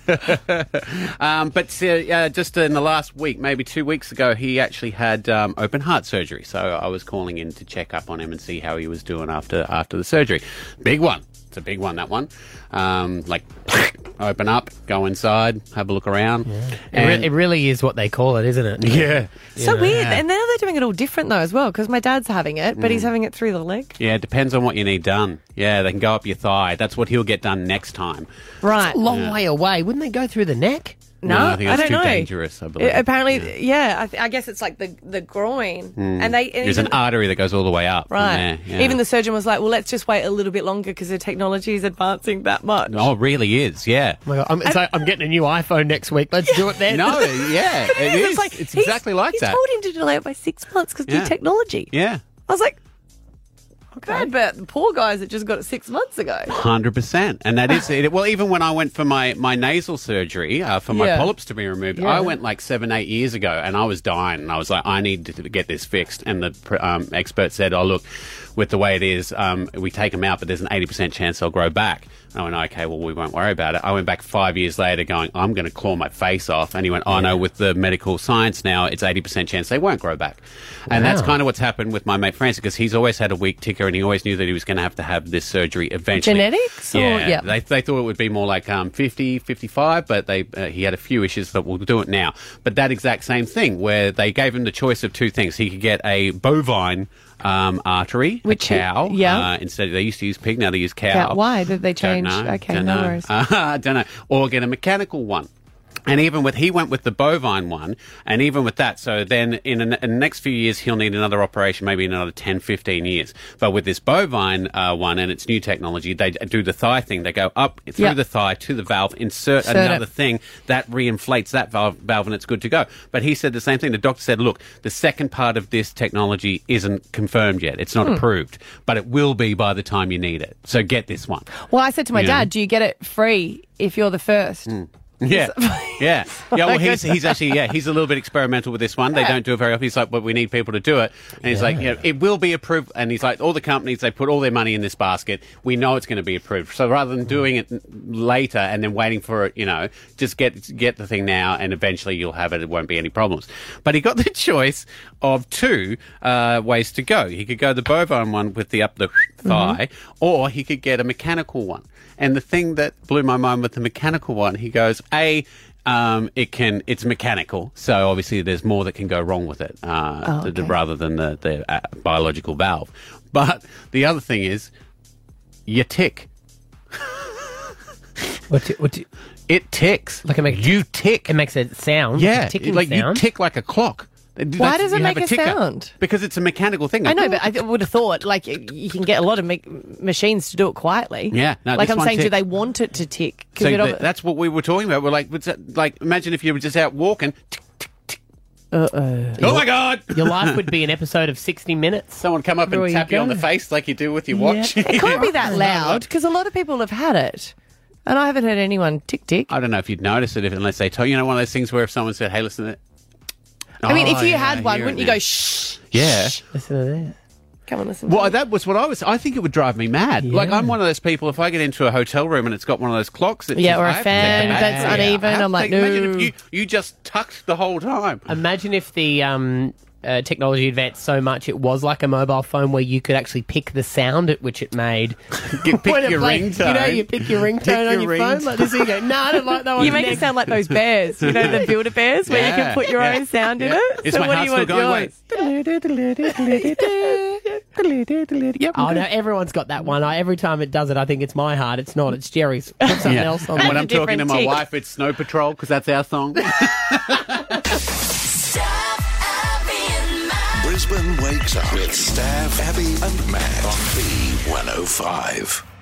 Speaker 3: Um, but uh, uh, just in the last week, maybe two weeks ago, he actually had um, open heart surgery. So I was calling in to check up on him and see how he was doing after after the surgery. Big one. It's a big one. That one. Um, like open up, go inside, have a look around.
Speaker 2: It, re- it really is what they call it, isn't it?
Speaker 3: Yeah.
Speaker 4: So
Speaker 3: Yeah.
Speaker 4: weird. And now they're doing it all different though as well because my dad's having it, but he's
Speaker 3: Mm.
Speaker 4: having it through the leg.
Speaker 3: Yeah, it depends on what you need done. Yeah, they can go up your thigh. That's what he'll get done next time.
Speaker 4: Right.
Speaker 2: long
Speaker 3: Yeah.
Speaker 2: way away. Wouldn't they go through the neck?
Speaker 4: No,
Speaker 3: No, Mm, I think
Speaker 4: I
Speaker 3: that's
Speaker 4: don't
Speaker 3: too
Speaker 4: know.
Speaker 3: dangerous, I believe.
Speaker 4: It- apparently, yeah. I, th- I guess it's like the the groin,
Speaker 3: Mm.
Speaker 4: and they and
Speaker 3: there's
Speaker 4: even,
Speaker 3: an artery that goes all the way up. from
Speaker 4: right.
Speaker 3: there, yeah.
Speaker 4: Even the surgeon was like, "Well, let's just wait a little bit longer because the technology is advancing that much."
Speaker 3: oh, it really is. Yeah.
Speaker 2: Oh my God, I'm, it's like, I'm getting a new iPhone next week. Let's do it then.
Speaker 3: No, yeah,
Speaker 4: But
Speaker 3: it is. It's,
Speaker 4: like, he's-
Speaker 3: exactly like
Speaker 4: he's
Speaker 3: that.
Speaker 4: told him to delay it by six months because
Speaker 3: Yeah.
Speaker 4: new technology.
Speaker 3: Yeah,
Speaker 4: I was like, bad about the poor guys that just got it six months ago.
Speaker 3: hundred percent. And that is it. Well, even when I went for my my nasal surgery uh, for my
Speaker 4: Yeah.
Speaker 3: polyps to be removed,
Speaker 4: Yeah.
Speaker 3: I went like seven eight years ago, and I was dying, and I was like, I need to get this fixed. And the pr- um, expert said, Oh, look, with the way it is, um, we take them out, but there's an eighty percent chance they'll grow back. And I went, okay, well, we won't worry about it. I went back five years later going, I'm going to claw my face off. And he went, oh, no, with the medical science now, it's 80% chance they won't grow back. And that's
Speaker 2: Wow.
Speaker 3: kind of what's happened with my mate Francis because he's always had a weak ticker and he always knew that he was going to have to have this surgery eventually.
Speaker 4: Genetics or-
Speaker 3: Yeah.
Speaker 4: yeah.
Speaker 3: They, they thought it would be more like um, 50, 55, but they uh, he had a few issues that we'll do it now. But that exact same thing where they gave him the choice of two things. He could get a bovine um, artery,
Speaker 4: Which
Speaker 3: a
Speaker 4: he-
Speaker 3: cow.
Speaker 4: yeah.
Speaker 3: Uh, instead, they used to use pig, now they use cow.
Speaker 4: About why did they change?
Speaker 3: Don't know.
Speaker 4: Okay,
Speaker 3: Don't
Speaker 4: no
Speaker 3: know.
Speaker 4: worries.
Speaker 3: I don't know. Or get a mechanical one. And even with he went with the bovine one, and even with that, so then in, an, in the next few years he'll need another operation, maybe in another 10, 15 years. But with this bovine uh, one and its new technology, they do the thigh thing. They go up through
Speaker 18: Yeah.
Speaker 3: the thigh to the valve, insert,
Speaker 18: Insert
Speaker 3: another
Speaker 18: it.
Speaker 3: thing that reinflates that valve, valve, and it's good to go. But he said the same thing. The doctor said, look, the second part of this technology isn't confirmed yet. It's not
Speaker 4: Hmm.
Speaker 3: approved, but it will be by the time you need it. So get this one.
Speaker 4: Well, I said to my
Speaker 3: Yeah.
Speaker 4: dad, "Do you get it free if you're the first?
Speaker 3: Mm. Yeah, yeah, yeah. Well,
Speaker 24: Like
Speaker 3: he's,
Speaker 24: I-
Speaker 3: he's actually yeah he's a little bit experimental with this one. They don't do it very often. He's like, but we need people to do it, and he's like, you know, it will be approved. And he's like, all the companies they put all their money in this basket. We know it's going to be approved. So rather than doing it later and then waiting for it, you know, just get get the thing now, and eventually you'll have it. It won't be any problems. But he got the choice of two uh, ways to go. He could go the bovine one with the up the thigh,
Speaker 2: Mm-hmm.
Speaker 3: or he could get a mechanical one. And the thing that blew my mind with the mechanical one, he goes, A, um, it can, it's mechanical. So obviously there's more that can go wrong with it uh,
Speaker 18: Oh,
Speaker 3: th- th- rather than the, the uh, biological valve. But the other thing is, you tick.
Speaker 2: What? do- what do-
Speaker 3: it ticks.
Speaker 2: Like it makes
Speaker 3: you tick.
Speaker 2: It makes a sound.
Speaker 3: Yeah,
Speaker 2: a ticking
Speaker 3: like
Speaker 2: sound.
Speaker 3: you tick like a clock.
Speaker 24: Why does it
Speaker 3: you have
Speaker 24: make a
Speaker 3: ticker.
Speaker 24: sound?
Speaker 3: Because it's a mechanical thing.
Speaker 24: I know, but I th- would have thought like y- you can get a lot of ma- machines to do it quietly.
Speaker 3: Yeah, no,
Speaker 24: like
Speaker 3: this
Speaker 24: I'm
Speaker 3: one
Speaker 24: saying, do
Speaker 3: tick.
Speaker 24: they want it to tick? 'Cause
Speaker 3: So
Speaker 24: it ob-
Speaker 3: th- that's what we were talking about. We're like, what's that, like imagine if you were just out walking.
Speaker 24: Uh-oh.
Speaker 3: Oh my god!
Speaker 2: Your life would be an episode of 60 Minutes.
Speaker 3: Someone come up
Speaker 2: There
Speaker 3: and
Speaker 2: you
Speaker 3: tap you on
Speaker 2: go.
Speaker 3: the face like you do with your
Speaker 2: Yeah.
Speaker 3: watch.
Speaker 2: It
Speaker 24: can't be that loud because a lot of people have had it, and I haven't heard anyone tick tick.
Speaker 3: I don't know if you'd notice it if, unless they told you. You know, one of those things where if someone said, "Hey, listen," to that.
Speaker 24: I mean,
Speaker 3: Oh,
Speaker 24: if you
Speaker 3: yeah, I
Speaker 24: had one,
Speaker 3: hear it
Speaker 24: wouldn't you
Speaker 3: now.
Speaker 24: go shh?
Speaker 3: Yeah.
Speaker 2: Listen to that.
Speaker 24: Come on, listen.
Speaker 3: Well, that was what I was. I think it would drive me mad. Like I'm one of those people. If I get into a hotel room and it's got one of those clocks, that
Speaker 24: Yeah,
Speaker 3: just-
Speaker 24: or a
Speaker 3: I have to
Speaker 24: fan
Speaker 3: take the
Speaker 24: that's
Speaker 3: battery out.
Speaker 24: uneven,
Speaker 3: I have
Speaker 24: I'm
Speaker 3: to
Speaker 24: like,
Speaker 3: take- Imagine
Speaker 24: no.
Speaker 3: if you you just tucked the whole time.
Speaker 2: Imagine if the um, uh, technology advanced so much it was like a mobile phone where you could actually pick the sound at which it made.
Speaker 3: you pick
Speaker 2: When it
Speaker 3: your
Speaker 2: played- You know,
Speaker 3: ringtone.
Speaker 2: you pick your ringtone on your
Speaker 3: your
Speaker 2: phone like this. And you go, no, I don't like that one.
Speaker 24: You make it sound like those bears, you know, the builder bears, where you
Speaker 2: Yeah,
Speaker 24: can put your
Speaker 2: yeah,
Speaker 24: own sound in
Speaker 2: yeah.
Speaker 24: it.
Speaker 2: Is
Speaker 24: so
Speaker 2: my
Speaker 24: what do
Speaker 2: heart
Speaker 24: you
Speaker 2: still
Speaker 24: want
Speaker 2: going
Speaker 24: yours?
Speaker 2: Yep. Oh no, everyone's got that one. I, every time it does it, I think it's my heart. It's not. It's Jerry's. Put something
Speaker 3: Yeah.
Speaker 2: else on.
Speaker 3: and when I'm talking to my wife, it's Snow Patrol because that's our song.
Speaker 6: Brisbane wakes up with Stav, Abby, and Matt on B105.